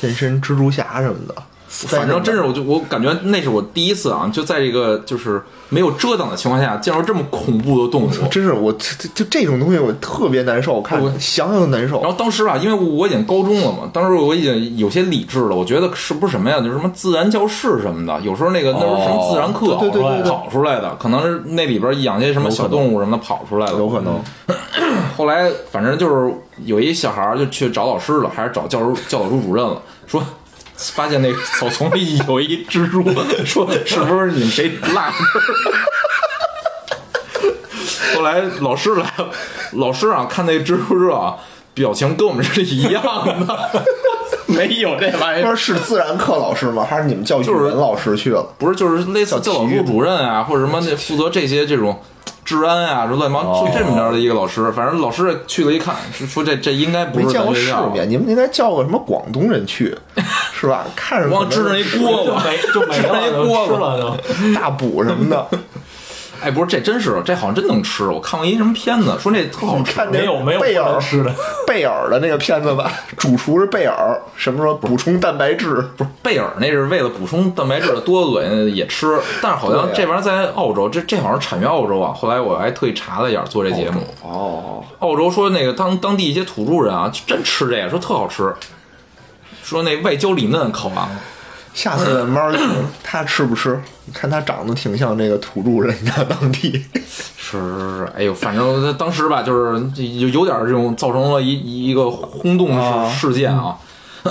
Speaker 1: 变身蜘蛛侠什么的？
Speaker 2: 反正真是，我就我感觉那是我第一次啊，就在这个就是没有遮挡的情况下，见到这么恐怖的动物。
Speaker 1: 真是我这就这种东西我特别难受，我看
Speaker 2: 我
Speaker 1: 想想就难受
Speaker 2: 然。后当时吧，因为我已经高中了嘛，当时我已经有些理智了，我觉得是不是什么呀，就是什么自然教室什么的，有时候那个那时候什么自然课，
Speaker 1: 哦对对对对对
Speaker 2: 跑出来的，可能是那里边养些什么小动物什么的跑出来的，嗯
Speaker 1: 有可能
Speaker 2: 后来反正就是有一小孩儿就去找老师了，还是找教授教导处主任了，说发现那个草丛里有一蜘蛛，说是不是你们谁落的后来老师来了，老师啊看那蜘蛛是啊，表情跟我们是一样的， 没有这玩意
Speaker 1: 不
Speaker 2: 儿。
Speaker 1: 是是自然课老师吗？还是你们教育
Speaker 2: 就是
Speaker 1: 文老师去了？
Speaker 2: 不是，就是类似教导处主任啊，或者什么那负责这些这种治安啊，这乱七八糟就这么着的一个老师。反正老师去了一看，说说这这应该不
Speaker 1: 没
Speaker 2: 是
Speaker 1: 见
Speaker 2: 咱
Speaker 1: 过
Speaker 2: 学
Speaker 1: 世
Speaker 2: 校的
Speaker 1: 面，你们应该叫个什么广东人 去，是吧？看着
Speaker 2: 光支着一锅
Speaker 3: 就
Speaker 2: 子。
Speaker 3: 没就没了，
Speaker 2: 直接
Speaker 3: 就
Speaker 2: 锅
Speaker 3: 吃
Speaker 2: 了
Speaker 3: 了就。
Speaker 1: 一大补什么 的，
Speaker 2: 哎，不是，这真是，这好像真能吃。我看过一什么片子，说那特好 吃。
Speaker 1: 看那
Speaker 3: 没有没有
Speaker 1: 贝
Speaker 3: 不能
Speaker 1: 尔
Speaker 3: 吃的，
Speaker 1: 贝尔的那个片子吧，主厨是贝尔，什么时候补充蛋白质？
Speaker 2: 不是贝尔那是为了补充蛋白质，多恶心也吃。但是好像
Speaker 1: 对啊
Speaker 2: 这玩意儿在澳洲，这这好像产于澳洲啊。后来我还特意查了一下做这节目，
Speaker 1: 哦，
Speaker 2: 澳洲说那个当当地一些土著人啊，真吃这个，说特好吃，说那外焦里嫩口感。
Speaker 1: 下次
Speaker 2: 嗯
Speaker 1: 问猫儿他吃不吃？你看他长得挺像这个土著人家当地，
Speaker 2: 是是是，哎呦，反正当时吧，就是有有点这种造成了一一个轰动
Speaker 1: 啊
Speaker 2: 事事件啊。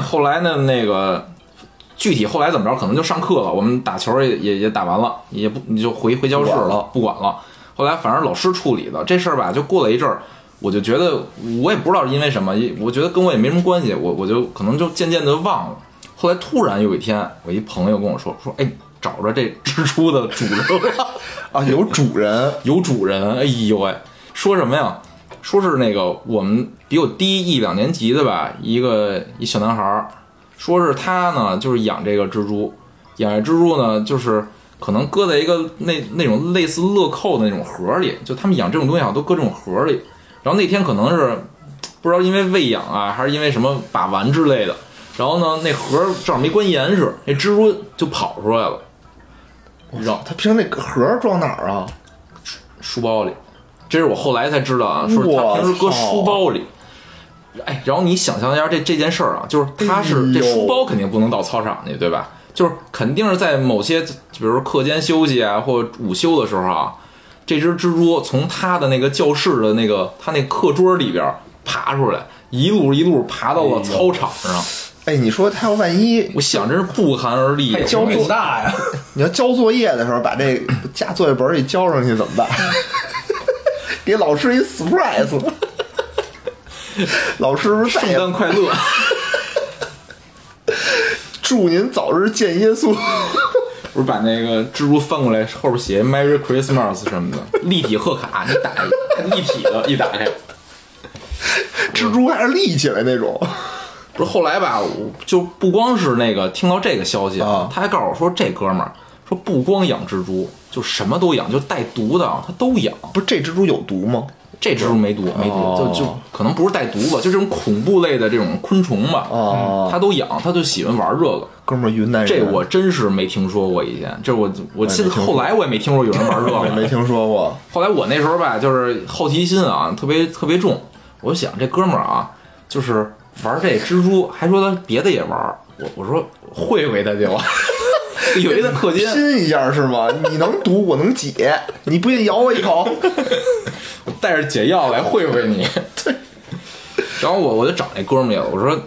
Speaker 2: 后来呢，那个具体后来怎么着，可能就上课了，我们打球也也也打完了，也不你就回回教室
Speaker 1: 不管
Speaker 2: 了，不管了。后来反正老师处理的这事儿吧，就过了一阵儿，我就觉得我也不知道因为什么，也我觉得跟我也没什么关系，我我就可能就渐渐的忘了。后来突然有一天，我一朋友跟我说说，哎，找着这蜘蛛的主人了。
Speaker 1: 啊，有主人，
Speaker 2: 有主人，哎呦喂，说什么呀？说是那个我们比我低一两年级的吧，一个一小男孩儿，说是他呢就是养这个蜘蛛，养这蜘蛛呢就是可能搁在一个那那种类似乐扣的那种盒儿里，就他们养这种东西啊都搁这种盒儿里，然后那天可能是不知道因为喂养啊，还是因为什么把玩之类的，然后呢那盒儿正好没关严实，那蜘蛛就跑出来了，然后
Speaker 1: 他平时那个盒儿装哪儿啊？
Speaker 2: 书包里，这是我后来才知道啊，说是他
Speaker 1: 我
Speaker 2: 平时搁
Speaker 1: 操
Speaker 2: 书包里。哎，然后你想象一下这这件事儿啊，就是他是、这
Speaker 1: 哎呦
Speaker 2: 书包肯定不能到操场去，对吧？就是肯定是在某些，比如说课间休息啊，或者午休的时候啊，这只蜘蛛从他的那个教室的那个他那课桌里边爬出来，一路一路爬到了操场上。
Speaker 1: 哎，你说他要万一
Speaker 2: 我想真是不寒而栗。啊
Speaker 3: 还教多哎大呀？
Speaker 1: 你要交作业的时候把这加作业本儿一交上去怎么办？ 给老师一 surprise，老师不是再
Speaker 2: 圣
Speaker 1: 也
Speaker 2: 诞快乐！
Speaker 1: 祝您早日见耶稣。
Speaker 2: 嗯不是把那个蜘蛛翻过来，后边写 “Merry Christmas” 什么的，立体贺卡，你打一立体的，一打开。
Speaker 1: 蜘蛛还是立起来那种，
Speaker 2: 不是后来吧，我就不光是那个听到这个消息
Speaker 1: 啊
Speaker 2: 他还告诉我说，这哥们儿说不光养蜘蛛，就什么都养，就带毒的啊他都养。
Speaker 1: 不是这蜘蛛有毒吗？
Speaker 2: 这蜘蛛没毒，没毒，就就可能不是带毒吧，就这种恐怖类的这种昆虫吧，
Speaker 1: 哦
Speaker 2: 他都养，他就喜欢玩这个。
Speaker 1: 哥们儿，云南人
Speaker 2: 这我真是没听说过以前，这我我记得后来我 也没听说有人玩这个
Speaker 1: 也。没听说过。
Speaker 2: 后来我那时候吧，就是好奇心啊，特别特别重。我就想这哥们儿啊，就是玩这蜘蛛，还说他别的也玩儿。我我说会会他就，有一次课间
Speaker 1: 拼一下是吗？ 你能读，我能解，你不信咬我一口。
Speaker 2: 带着解药来会会你。然后我我就找那哥们儿去了，我说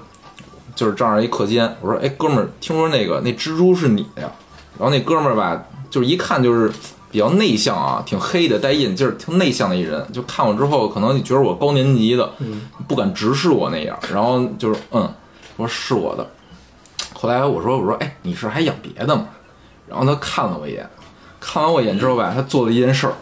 Speaker 2: 就是这样一课间，我说哎哥们儿，听说那个那蜘蛛是你的呀？然后那哥们儿吧，就是一看就是比较内向啊，挺黑的，戴眼镜儿，挺内向的一人。就看我之后，可能你觉得我高年级的，不敢直视我那样。然后就是嗯，我说是我的。后来我说我说哎，你是还养别的吗？然后他看了我一眼，看完我一眼之后吧，他做了一件事儿，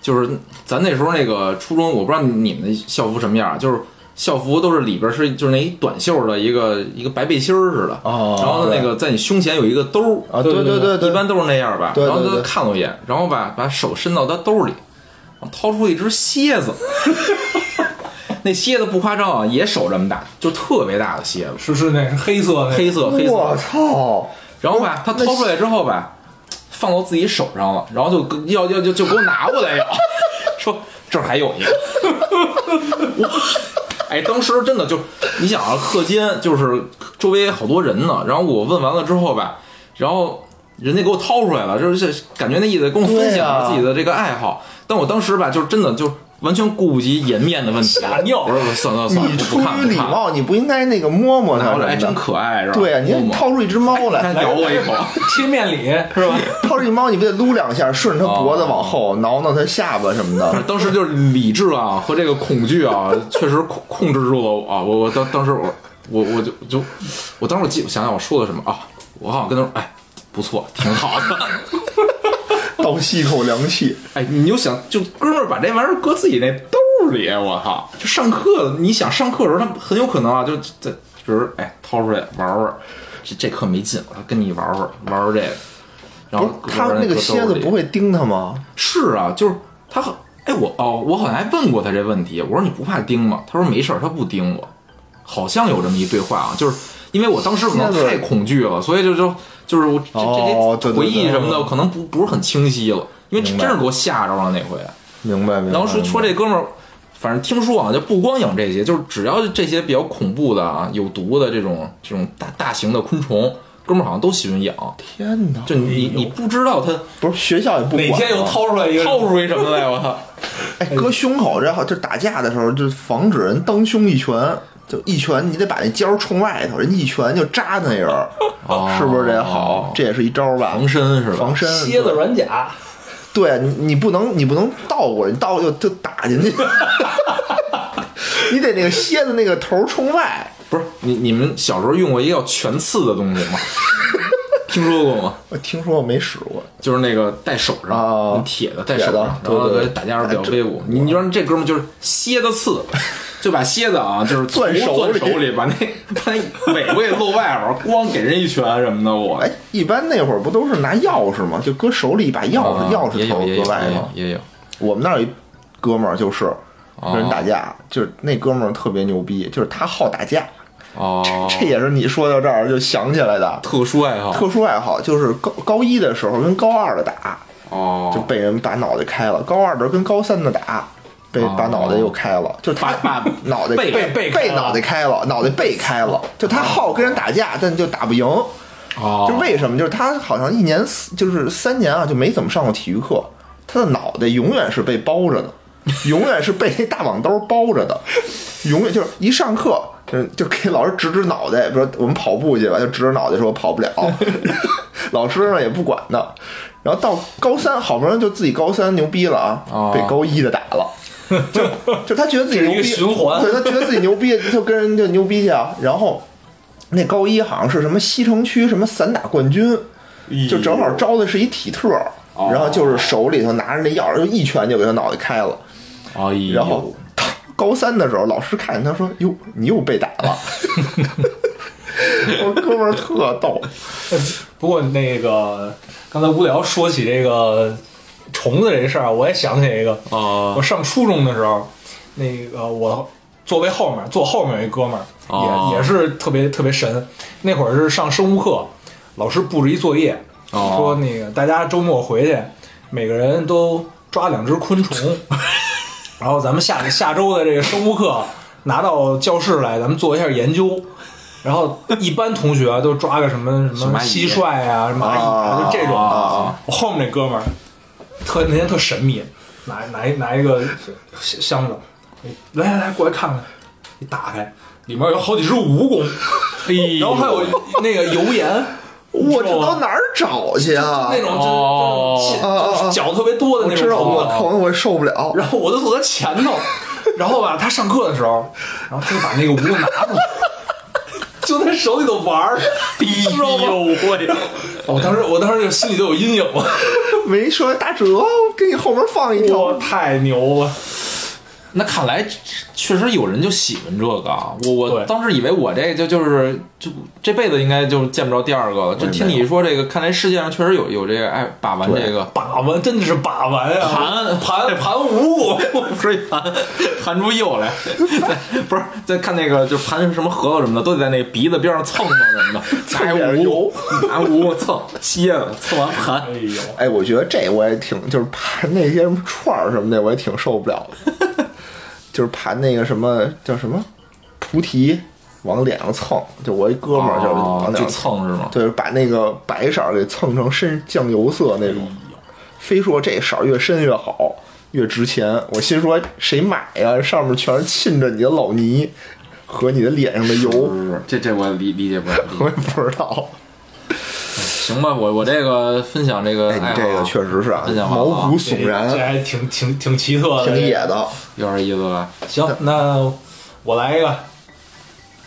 Speaker 2: 就是咱那时候那个初中，我不知道你们的校服什么样啊，就是校服都是里边是就是那一短袖的一个一个白背心儿似的，
Speaker 1: 哦
Speaker 2: 然后呢那个在你胸前有一个兜儿
Speaker 1: 啊对对对对
Speaker 2: 一般都是那样吧。
Speaker 1: 对对
Speaker 2: 然后
Speaker 1: 对
Speaker 2: 他看了我一眼，然 后把把手伸到他兜里，掏出一只蝎子。那蝎子不夸张啊，也手这么大，就特别大的蝎子，
Speaker 3: 是是那是黑色那个
Speaker 2: 黑色黑色。
Speaker 1: 哎我操！
Speaker 2: 然后吧，他掏出来之后吧，放到自己手上了，然后就跟要要就就给我拿过来要， 说这儿还有一个。我哎，当时真的就你想啊，课间就是周围好多人呢，然后我问完了之后吧，然后人家给我掏出来了，就是感觉那意思跟我分享了
Speaker 1: 对啊
Speaker 2: 自己的这个爱好，但我当时吧，就真的就完全顾不及颜面的问题，
Speaker 3: 吓尿
Speaker 2: 我说算了算了，
Speaker 1: 你
Speaker 2: 不
Speaker 1: 出
Speaker 2: 不看
Speaker 1: 于
Speaker 2: 不
Speaker 1: 礼
Speaker 2: 看了，
Speaker 1: 貌，你不应该那个摸摸
Speaker 2: 拿
Speaker 1: 它
Speaker 2: 过来哎
Speaker 1: 什
Speaker 2: 真
Speaker 1: 么的。
Speaker 2: 可爱是吧？
Speaker 1: 对呀，啊
Speaker 2: 摸哎
Speaker 1: 你
Speaker 2: 摸
Speaker 1: 掏出一只猫
Speaker 2: 他
Speaker 1: 来，
Speaker 2: 咬我一口。
Speaker 3: 贴面礼
Speaker 2: 是吧？
Speaker 1: 掏出一猫，你不得撸两下，顺着它脖子
Speaker 2: 哦
Speaker 1: 往后，挠挠它下巴什么的。
Speaker 2: 反 正当时就是理智啊和这个恐惧 啊，确实控控制住了我啊！我我当当时我我我就就我当时我记我想想我说了什么啊？我好像跟他说哎不错，挺好的。
Speaker 1: 倒吸一口凉气，
Speaker 2: 哎，你就想就哥们儿把这玩意儿搁自己那兜里，我操！就上课，你想上课的时候，他很有可能啊，就在比如哎掏出来玩玩，这这课没劲，我跟你玩玩玩玩这个。然
Speaker 1: 不
Speaker 2: 后
Speaker 1: 是它
Speaker 2: 玩
Speaker 1: 那个
Speaker 2: 搁兜
Speaker 1: 蝎子
Speaker 2: 里
Speaker 1: 不会叮它吗？
Speaker 2: 是啊，就是他好，哎，我哦，我好像还问过他这问题，我说你不怕叮吗？他说没事儿，他不叮我，好像有这么一对话啊，就是因为我当时可能
Speaker 1: 现在
Speaker 2: 太恐惧了，所以就就就是我这
Speaker 1: 哦
Speaker 2: 这
Speaker 1: 对对
Speaker 2: 这回忆什么的
Speaker 1: 对
Speaker 2: 可能不不是很清晰了，因为
Speaker 1: 明白
Speaker 2: 真是给我吓着了那回。
Speaker 1: 明白明白。
Speaker 2: 然后说说这哥们儿，反正听说啊，就不光养这些，就是只要这些比较恐怖的啊、有毒的这种这种大大型的昆虫，哥们儿好像都喜欢养。
Speaker 1: 天哪，
Speaker 2: 就你你你不知道他
Speaker 1: 不是学校也不管
Speaker 3: 哪天又
Speaker 1: 吗？
Speaker 3: 掏出来一个
Speaker 2: 掏出一什么来，我操！
Speaker 1: 哎，搁胸口，然后就打架的时候，就防止人当胸一拳，就一拳，你得把那尖儿冲外头，人家一拳就扎那人儿，
Speaker 2: 哦
Speaker 1: 是不是这好？这也是一招吧？
Speaker 2: 防身是吧？
Speaker 1: 防身，
Speaker 3: 蝎子软甲，
Speaker 1: 对你，你不能你不能倒过来，你倒过来就就打进去， 你得那个蝎子那个头冲外。
Speaker 2: 不是你你们小时候用过一个叫全刺的东西 吗？听说过吗？
Speaker 1: 我听说我没使过，
Speaker 2: 就是那个戴手上，
Speaker 1: 啊
Speaker 2: 那铁的戴手上，
Speaker 1: 铁的
Speaker 2: 然后
Speaker 1: 对哎对
Speaker 2: 打架时候比较威武。你你说这哥们儿就是蝎 子刺，就把蝎子啊，就是
Speaker 1: 攥手
Speaker 2: 攥
Speaker 1: 里
Speaker 2: 手里，把那把那尾巴给露外边儿，咣给人一拳什么的，我
Speaker 1: 哎，一般那会儿不都是拿钥匙吗？就搁手里一把钥匙，
Speaker 2: 啊
Speaker 1: 哦钥匙
Speaker 2: 也
Speaker 1: 头
Speaker 2: 有也有
Speaker 1: 搁外
Speaker 2: 也
Speaker 1: 头
Speaker 2: 有。也有，
Speaker 1: 我们那儿有一哥们儿就是
Speaker 2: 哦
Speaker 1: 跟人打架，就是那哥们儿特别牛逼，就是他好打架，
Speaker 2: 哦，
Speaker 1: 这也是你说到这儿就想起来的。
Speaker 2: 特殊爱好
Speaker 1: 特殊爱好就是高高一的时候跟高二的打，就
Speaker 2: 哦，
Speaker 1: 被人把脑袋开了；高二的时候跟高三的打，被
Speaker 2: 哦
Speaker 1: 把脑袋又开了，就是他
Speaker 2: 把把
Speaker 1: 脑袋
Speaker 2: 背
Speaker 1: 被
Speaker 3: 背开
Speaker 1: 被
Speaker 3: 了
Speaker 1: 脑袋开了，脑袋被开了，就他好跟人打架，但就打不赢。
Speaker 2: 哦，
Speaker 1: 就为什么？就是他好像一年四就是三年啊，就没怎么上过体育课，他的脑袋永远是被包 着的，永远是被那大网兜包着的，永远就是一上课就就给老师指指脑袋，比如说我们跑步去吧，就指着脑袋说我跑 不了，老师呢也不管呢。然后到高三，好不容易就自己高三牛逼了
Speaker 2: 哦
Speaker 1: 啊，被高一的打 了。就就他觉得自己
Speaker 3: 这是
Speaker 1: 牛
Speaker 3: 一
Speaker 1: 逼，
Speaker 3: 个循环
Speaker 1: 对他觉得自己牛逼，就跟人就牛逼去啊。然后那高一好像是什么西城区什么散打冠军，就正好招的是一体特儿，
Speaker 2: 哦
Speaker 1: 然后就是手里头拿着那钥匙，就一拳就给他脑袋开了。
Speaker 2: 哎呦，
Speaker 1: 然后他高三的时候，老师看见他说：“哟，你又被打了。”我哥们儿特逗，
Speaker 3: 不过那个刚才无聊说起这个虫子这事儿，我也想起一个。
Speaker 2: 哦
Speaker 3: 我上初中的时候，那个我座位后面坐后面有一哥们儿，也、
Speaker 2: 哦
Speaker 3: 也是特别特别神。那会儿是上生物课，老师布置一作业，
Speaker 2: 哦
Speaker 3: 说那个大家周末回去，每个人都抓两只昆虫，然后咱们下下周的这个生物课拿到教室来，咱们做一下研究。然后一般同学都抓个什么什
Speaker 2: 小
Speaker 3: 么
Speaker 2: 蚂蚁
Speaker 3: 蟋蟀啊、蚂蚁啊，
Speaker 1: 啊
Speaker 3: 就这种。
Speaker 2: 啊啊
Speaker 3: 我后面那哥们儿特那天特神秘，拿拿一拿一个箱子，来来来，过来看看。一打开，里面有好几只蜈 蚣，
Speaker 2: 嘿
Speaker 3: 然后还有那个油盐，
Speaker 1: 哎我这到哪儿找去啊
Speaker 3: 那？种就是
Speaker 2: 哦
Speaker 3: 就
Speaker 1: 哦
Speaker 3: 是
Speaker 1: 哦哦
Speaker 3: 脚特别多的
Speaker 1: 我
Speaker 3: 那种啊
Speaker 1: 知道，
Speaker 3: 虫
Speaker 1: 我
Speaker 3: 子
Speaker 1: 靠，我受不了。
Speaker 3: 然后我就坐他前 头，然后吧，他上课的时候，然后他就把那个蜈蚣拿出来， 就在手里头玩儿，
Speaker 1: 哎
Speaker 3: 知
Speaker 2: 哎
Speaker 3: 道吗？
Speaker 2: 喂，
Speaker 3: 我当时我当时就心里就有阴影了，
Speaker 1: 没说打折，给你后边放一条
Speaker 3: 哇，。太牛了！
Speaker 2: 那看来确确实有人就喜欢这个啊。我我
Speaker 3: 对
Speaker 2: 当时以为我这就就是就这辈子应该就见不着第二个了。就听你一说这个，看来世界上确实有有这个爱把玩这个
Speaker 3: 把玩真的是把玩啊！
Speaker 2: 盘盘盘无误，我不是一盘盘出釉 来，在不是在看那个就盘什么核桃什么的，都得在那鼻子边上 蹭蹭什么的，拿一无拿无蹭歇了，蹭完盘
Speaker 3: 哎呦，
Speaker 1: 哎，我觉得这我也挺，就是盘那些什么串儿什么的，我也挺受不了的。就是盘那个什么叫什么菩提，往脸上蹭。就我一哥们儿，就是往
Speaker 2: 哦
Speaker 1: 脸
Speaker 2: 就
Speaker 1: 上蹭，
Speaker 2: 蹭是吗？
Speaker 1: 对，把那个白色儿给蹭成深酱油色那种，非说这色儿越深越好，越值钱。我心说谁买呀？上面全是沁着你的老泥和你的脸上的油，
Speaker 2: 是这这我理理解不了。
Speaker 1: 我也不知道。
Speaker 2: 行吧，我我这个分享这个
Speaker 1: 哎，
Speaker 2: 爱好啊，
Speaker 1: 你这个确实是啊，
Speaker 2: 分享完
Speaker 1: 毛
Speaker 2: 了啊
Speaker 1: 骨悚
Speaker 3: 这这
Speaker 1: 然，
Speaker 3: 还挺挺挺奇特的，
Speaker 1: 挺野的。
Speaker 2: 有点意思吧？
Speaker 3: 行，那我来一个，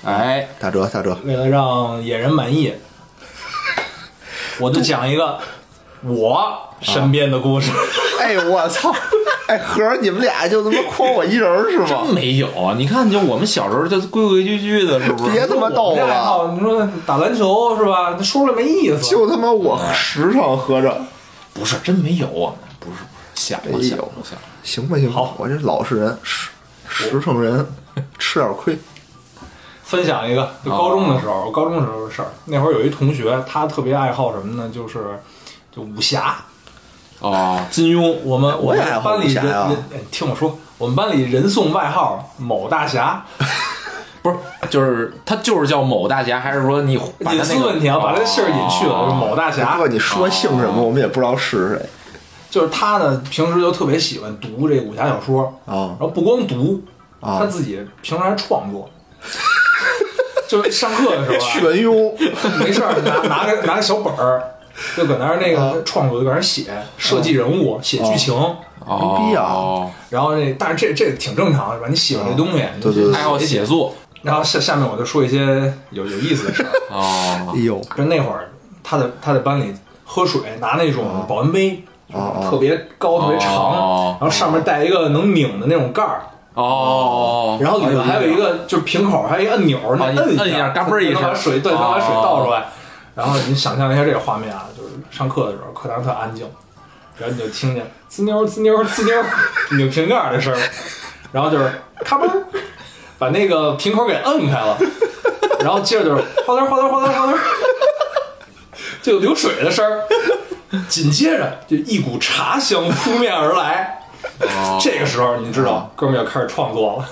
Speaker 2: 哎，
Speaker 1: 打折，打折。
Speaker 3: 为了让野人满意，我就讲一个我身边的 故事。
Speaker 1: 哎呦我操！哎，合着你们俩就他妈诓我一人儿是吗？
Speaker 2: 真没有啊！你看，就我们小时候就规规矩矩的，是不是？
Speaker 1: 别他妈逗啊我
Speaker 3: 这爱
Speaker 1: 了，
Speaker 3: 好，你说打篮球是吧？说出来没意思。
Speaker 1: 就他妈我时尚合着。
Speaker 2: 不是真没有啊，不是不是，想
Speaker 1: 哎
Speaker 2: 过
Speaker 1: 呦
Speaker 2: 想过想过。
Speaker 1: 行吧行吧
Speaker 3: 好，
Speaker 1: 我这老实人，实实诚人，吃点亏。
Speaker 3: 分享一个，就
Speaker 1: 哦
Speaker 3: 高中的时候，高中的时候的事儿。那会儿有一同学，他特别爱好什么呢？就是就武侠。
Speaker 2: 哦，金庸
Speaker 3: 我们
Speaker 1: 我也
Speaker 3: 们
Speaker 1: 爱好
Speaker 3: 班里
Speaker 1: 武侠
Speaker 3: 人，
Speaker 1: 啊
Speaker 3: 人哎听我说，我们班里人送外号“某大侠
Speaker 2: 不是就是他就是叫某大侠，还是说你”，把他那个哦
Speaker 3: 隐私
Speaker 1: 哦
Speaker 3: 问题啊，把这姓儿隐去了，就是某大
Speaker 1: 不
Speaker 3: 侠
Speaker 1: 哦过。你说姓什
Speaker 3: 哦
Speaker 1: 么，我们也不知道是谁。
Speaker 3: 就是他呢，平时就特别喜欢读这武侠小说
Speaker 1: 啊
Speaker 3: 然后不光读，
Speaker 1: 啊
Speaker 3: 他自己平时还创 作，就是上课的时候啊，
Speaker 1: 全 庸，
Speaker 3: 没事儿 拿拿个拿个小本儿，就搁那儿那
Speaker 1: 哦
Speaker 3: 个创作，就搁那儿写设计人物、写剧情，
Speaker 2: 哦
Speaker 1: 没必要
Speaker 2: 哦
Speaker 3: 然后那但是这这挺正常是吧？你喜欢这东西，你
Speaker 1: 哦对对对
Speaker 2: 爱好写作
Speaker 3: 然后下下面我就说一些有有意思的 事儿，
Speaker 2: 哦
Speaker 1: 哎呦，
Speaker 3: 就那会儿他在他在班里喝水拿那种保温杯。
Speaker 1: 哦
Speaker 3: 特别高、特别长，
Speaker 2: 哦
Speaker 3: 然后上面带一个能拧的那种盖儿，
Speaker 2: 哦，
Speaker 3: 然后里头还有一个就是瓶口，还有一按钮，那摁
Speaker 2: 啊摁一下嘎嘣儿一
Speaker 3: 能把
Speaker 2: 声
Speaker 3: 水对，
Speaker 2: 哦
Speaker 3: 能把水倒出来。然后你想象一下这个画面啊，就是上课的时候，课堂特安静，然后你就听见滋妞儿滋妞儿滋妞儿 拧瓶盖儿的声儿，然后就是咔嘣儿把那个瓶口给摁开了，然后接着就是哗啦哗啦哗啦哗啦，就有流水的声儿，紧接着就一股茶香扑面而来。
Speaker 2: 哦
Speaker 3: 这个时候你知道，哥们儿要开始创作了。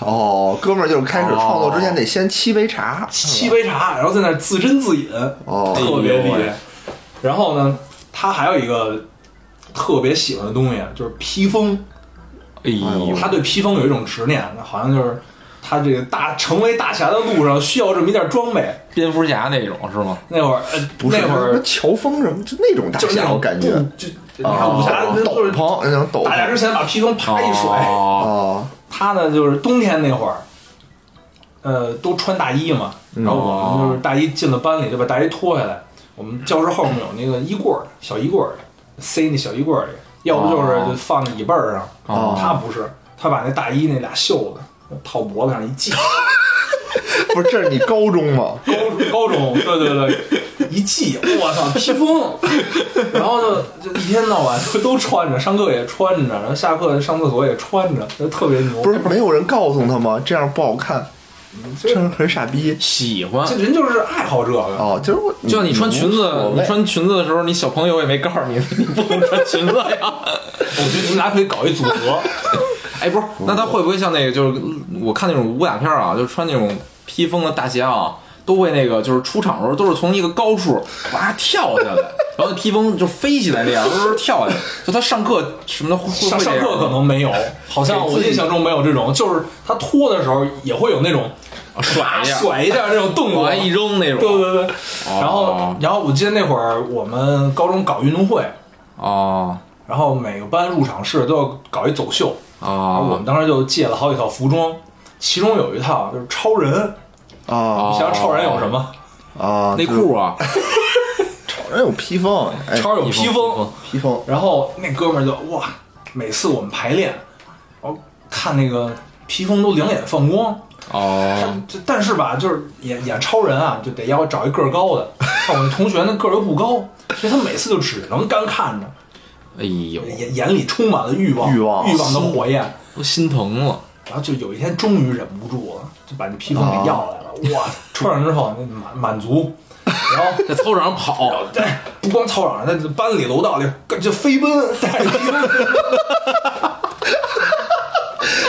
Speaker 1: 哦，哥们儿就是开始创作之前得先沏杯茶，
Speaker 3: 哦沏杯茶，然后在那儿自斟自饮，
Speaker 1: 哦
Speaker 3: 特别厉
Speaker 2: 哎呦喂
Speaker 3: 害。然后呢，他还有一个特别喜欢的东西，啊就是披风。
Speaker 2: 哎呦，
Speaker 3: 他对披风有一种执念，好像就是他这个大成为大侠的路上需要这么一件装备。
Speaker 2: 蝙蝠侠那种是吗？
Speaker 3: 那会儿，呃、
Speaker 1: 不是
Speaker 3: 那会
Speaker 1: 什么
Speaker 3: 儿
Speaker 1: 乔峰什么，就那种大
Speaker 3: 就是那
Speaker 1: 侠，我
Speaker 3: 种
Speaker 1: 感觉
Speaker 3: 布。就你看武侠
Speaker 1: 哦
Speaker 3: 那都
Speaker 1: 斗
Speaker 3: 是
Speaker 1: 篷那种斗
Speaker 3: 打架之
Speaker 1: 篷。
Speaker 3: 前把披风啪一甩，
Speaker 2: 哦
Speaker 1: 哦，
Speaker 3: 他呢就是冬天那会儿，呃，都穿大衣嘛，然后我们就是大衣进了班里就把大衣脱下来，我们教室后面有那个衣柜儿，小衣柜儿，塞那小衣柜儿里，要不就是就放在椅背儿上。
Speaker 2: 哦
Speaker 3: 他不是，他把那大衣那俩袖子套脖子上一系，
Speaker 1: 不是，这是你高中吗？
Speaker 3: 高高中，对对对，一系，我操，披风，然后就就一天到晚都都穿着，上课也穿着，然后下课上厕所也穿着，就特别牛。
Speaker 1: 不是没有人告诉他吗？这样不好看，这样很傻逼。
Speaker 2: 喜欢
Speaker 3: 这人就是爱好这个。
Speaker 1: 哦，就是我，
Speaker 2: 就像你穿裙
Speaker 1: 无所
Speaker 2: 子，
Speaker 1: 谓
Speaker 2: 你穿裙子的时候，你小朋友也没告诉你， 你不能穿裙子 呀。
Speaker 3: 我觉得你们俩可以搞一组 合，
Speaker 2: 哎，不是，那他会不会像那个，就是我看那种武打片啊，就穿那种披风的大侠啊，都会那个，就是出场的时候都是从一个高处哇跳下 来，然后那披风就飞起来那样，就是跳下来。就他上课什么的会会会
Speaker 3: 上
Speaker 2: 这
Speaker 3: 上
Speaker 2: 样
Speaker 3: 课可能没有，好像我印象中没有这种，就是他脱的时候也会有那种
Speaker 2: 啊甩一下，
Speaker 3: 甩一下哦这种动
Speaker 2: 往
Speaker 3: 作
Speaker 2: 外，一扔那
Speaker 3: 对
Speaker 2: 种。
Speaker 3: 对对。然后然后我记得那会儿我们高中搞运动会，
Speaker 2: 哦
Speaker 3: 然后每个班入场式都要搞一走秀，然啊后我
Speaker 2: 哦
Speaker 3: 们当时就借了好几套服装，其中有一套就是超人，
Speaker 1: 啊
Speaker 3: 你想想超人有什么？
Speaker 1: 啊，
Speaker 2: 内裤啊，
Speaker 1: 就是好像有披风，哎，
Speaker 3: 超人有披风，
Speaker 1: 披风
Speaker 3: 然后那哥们儿就哇，每次我们排练，然后看那个披风都两眼放光。
Speaker 2: 哦，
Speaker 3: 这但是吧，就是演演超人啊，就得要找一个儿高的。看我那同学那个儿又不高，所以他每次就只能干看着，
Speaker 2: 哎呦，
Speaker 3: 眼眼里充满了欲望，
Speaker 1: 欲
Speaker 3: 欲
Speaker 1: 望
Speaker 3: 望的火焰。
Speaker 2: 都心疼了。
Speaker 3: 然后就有一天终于忍不住了，就把那披风给要来了。哇，穿上之后那满满足，然后哦
Speaker 2: 在操场上跑，
Speaker 3: 对，不光操场上，在班里、楼道里就飞奔，带着披风。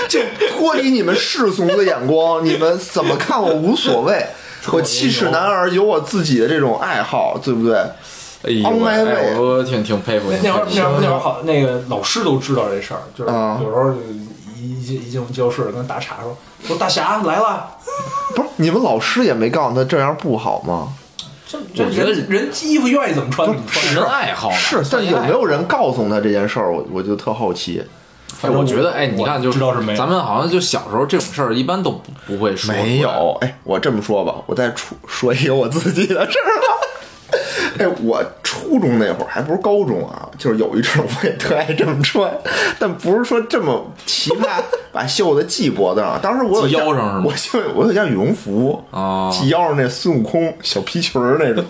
Speaker 1: 就脱离你们世俗的眼光，你们怎么看我无所谓。我气势男儿有我自己的这种爱好，对不对？
Speaker 2: 哎呦，
Speaker 1: On my
Speaker 2: 哎我我挺挺佩服你。
Speaker 3: 那会儿
Speaker 2: 挺
Speaker 3: 那
Speaker 2: 佩服
Speaker 3: 会儿那会儿好，那个老师都知道这事儿，就是
Speaker 1: 啊
Speaker 3: 有时候一一进一进教室跟大傻说：“说大侠来了。
Speaker 1: 不是你们老师也没告诉他这样不好吗？
Speaker 3: 这”这
Speaker 2: 我觉得
Speaker 3: 人人衣服愿意怎么穿怎么
Speaker 2: 是人
Speaker 3: 穿。
Speaker 2: 爱好嘛
Speaker 1: 是，但有没有人告诉他这件事儿？我我就特好奇。
Speaker 2: 哎，我觉得，哎，你看，就
Speaker 3: 我知道是没有
Speaker 2: 咱们好像就小时候这种事儿，一般都不不会说。
Speaker 1: 没有，哎，我这么说吧，我再出说一个我自己的事儿吧。 哎，我初中那会儿还不是高中啊，就是有一阵儿我也特爱这么穿，但不是说这么奇葩，把袖子系脖子上。当时我有
Speaker 2: 系腰
Speaker 1: 件
Speaker 2: 上是吗
Speaker 1: 我就我有件羽绒服
Speaker 2: 哦
Speaker 1: 系腰上那孙悟空小皮裙儿那种，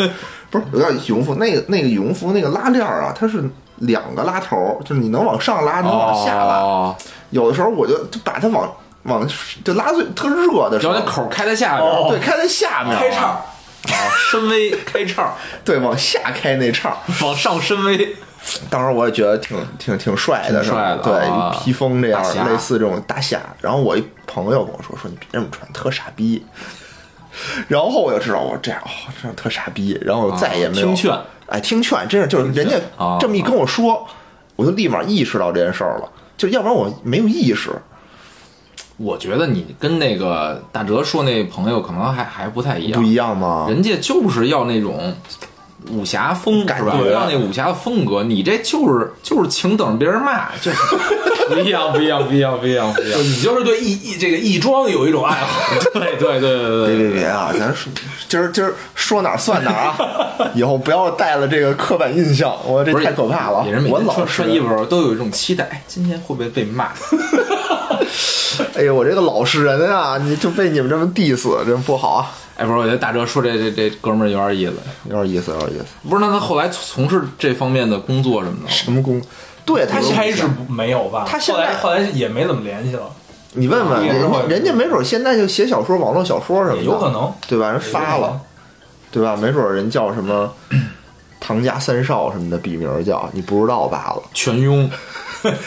Speaker 1: 不是有件羽绒服，那个那个羽绒服那个拉链儿啊，它是两个拉头儿，就是你能往上拉，能往下拉。
Speaker 2: 哦，
Speaker 1: 有的时候我就就把它往往就拉最特热的时
Speaker 2: 只
Speaker 1: 候，
Speaker 2: 要那口儿开在下边儿，
Speaker 1: 对，哦开在下面，
Speaker 3: 开叉，
Speaker 2: 啊，深
Speaker 3: 哎
Speaker 2: V 开叉，
Speaker 1: 对，往下开那叉儿。
Speaker 2: 往上深 V，
Speaker 1: 当时我也觉得挺挺挺帅的，
Speaker 2: 挺帅
Speaker 1: 是吧
Speaker 2: 的
Speaker 1: 对，
Speaker 2: 啊
Speaker 1: 披风这样
Speaker 2: 大侠
Speaker 1: 类似这种大侠。然后我一朋友跟我说，说你别这么穿，特傻逼。 然后我就知道我这样，哦，这样特傻逼。然后我再也没有、
Speaker 2: 啊听劝，
Speaker 1: 哎，听劝，真是就是人家
Speaker 2: 啊
Speaker 1: 这么一跟我说，我就立马意识到这件事儿了。就要不然我没有意识，
Speaker 2: 我觉得你跟那个大哲说那朋友可能还还不太一样，
Speaker 1: 不一样吗？
Speaker 2: 人家就是要那种武侠风
Speaker 1: 感
Speaker 2: 是吧？
Speaker 1: 觉
Speaker 2: 要那武侠的风格，你这就是就是请等着别人骂，就是不一样，不一样，不一样，不一样，不一样
Speaker 3: 就。你就是对义义这个义庄有一种爱好。
Speaker 2: 对对对对
Speaker 1: 别
Speaker 2: 对，
Speaker 1: 别别啊！咱说今儿今儿说哪儿算哪儿啊！以后不要带了这个刻板印象，我这
Speaker 2: 不是
Speaker 1: 太可怕了啊
Speaker 2: 也是。每
Speaker 1: 我
Speaker 2: 天
Speaker 1: 老
Speaker 2: 穿
Speaker 1: 实
Speaker 2: 穿衣服，的时候都有一种期待，哎今天会不会被 骂？
Speaker 1: 哎呦，我这个老实人啊，你就被你们这么 diss，真不好啊！
Speaker 2: 哎，不是，我觉得大哲说这这这哥们儿有点意思。
Speaker 1: 有点意思，有点意思。
Speaker 2: 不是，那他后来从事这方面的工作什么的，
Speaker 1: 什么工？对他
Speaker 3: 他
Speaker 1: 现
Speaker 3: 开始没有吧？
Speaker 1: 他现
Speaker 3: 后来
Speaker 1: 在
Speaker 3: 后来也没怎么联系了，
Speaker 1: 你问问
Speaker 3: 也是
Speaker 1: 人
Speaker 3: 会
Speaker 1: 家，人家没准现在就写小说、网络小说什么的，
Speaker 3: 也有可能
Speaker 1: 对吧？人发了，对吧？没准人叫什么唐家三少什么的笔名叫，你不知道罢了。
Speaker 2: 全庸。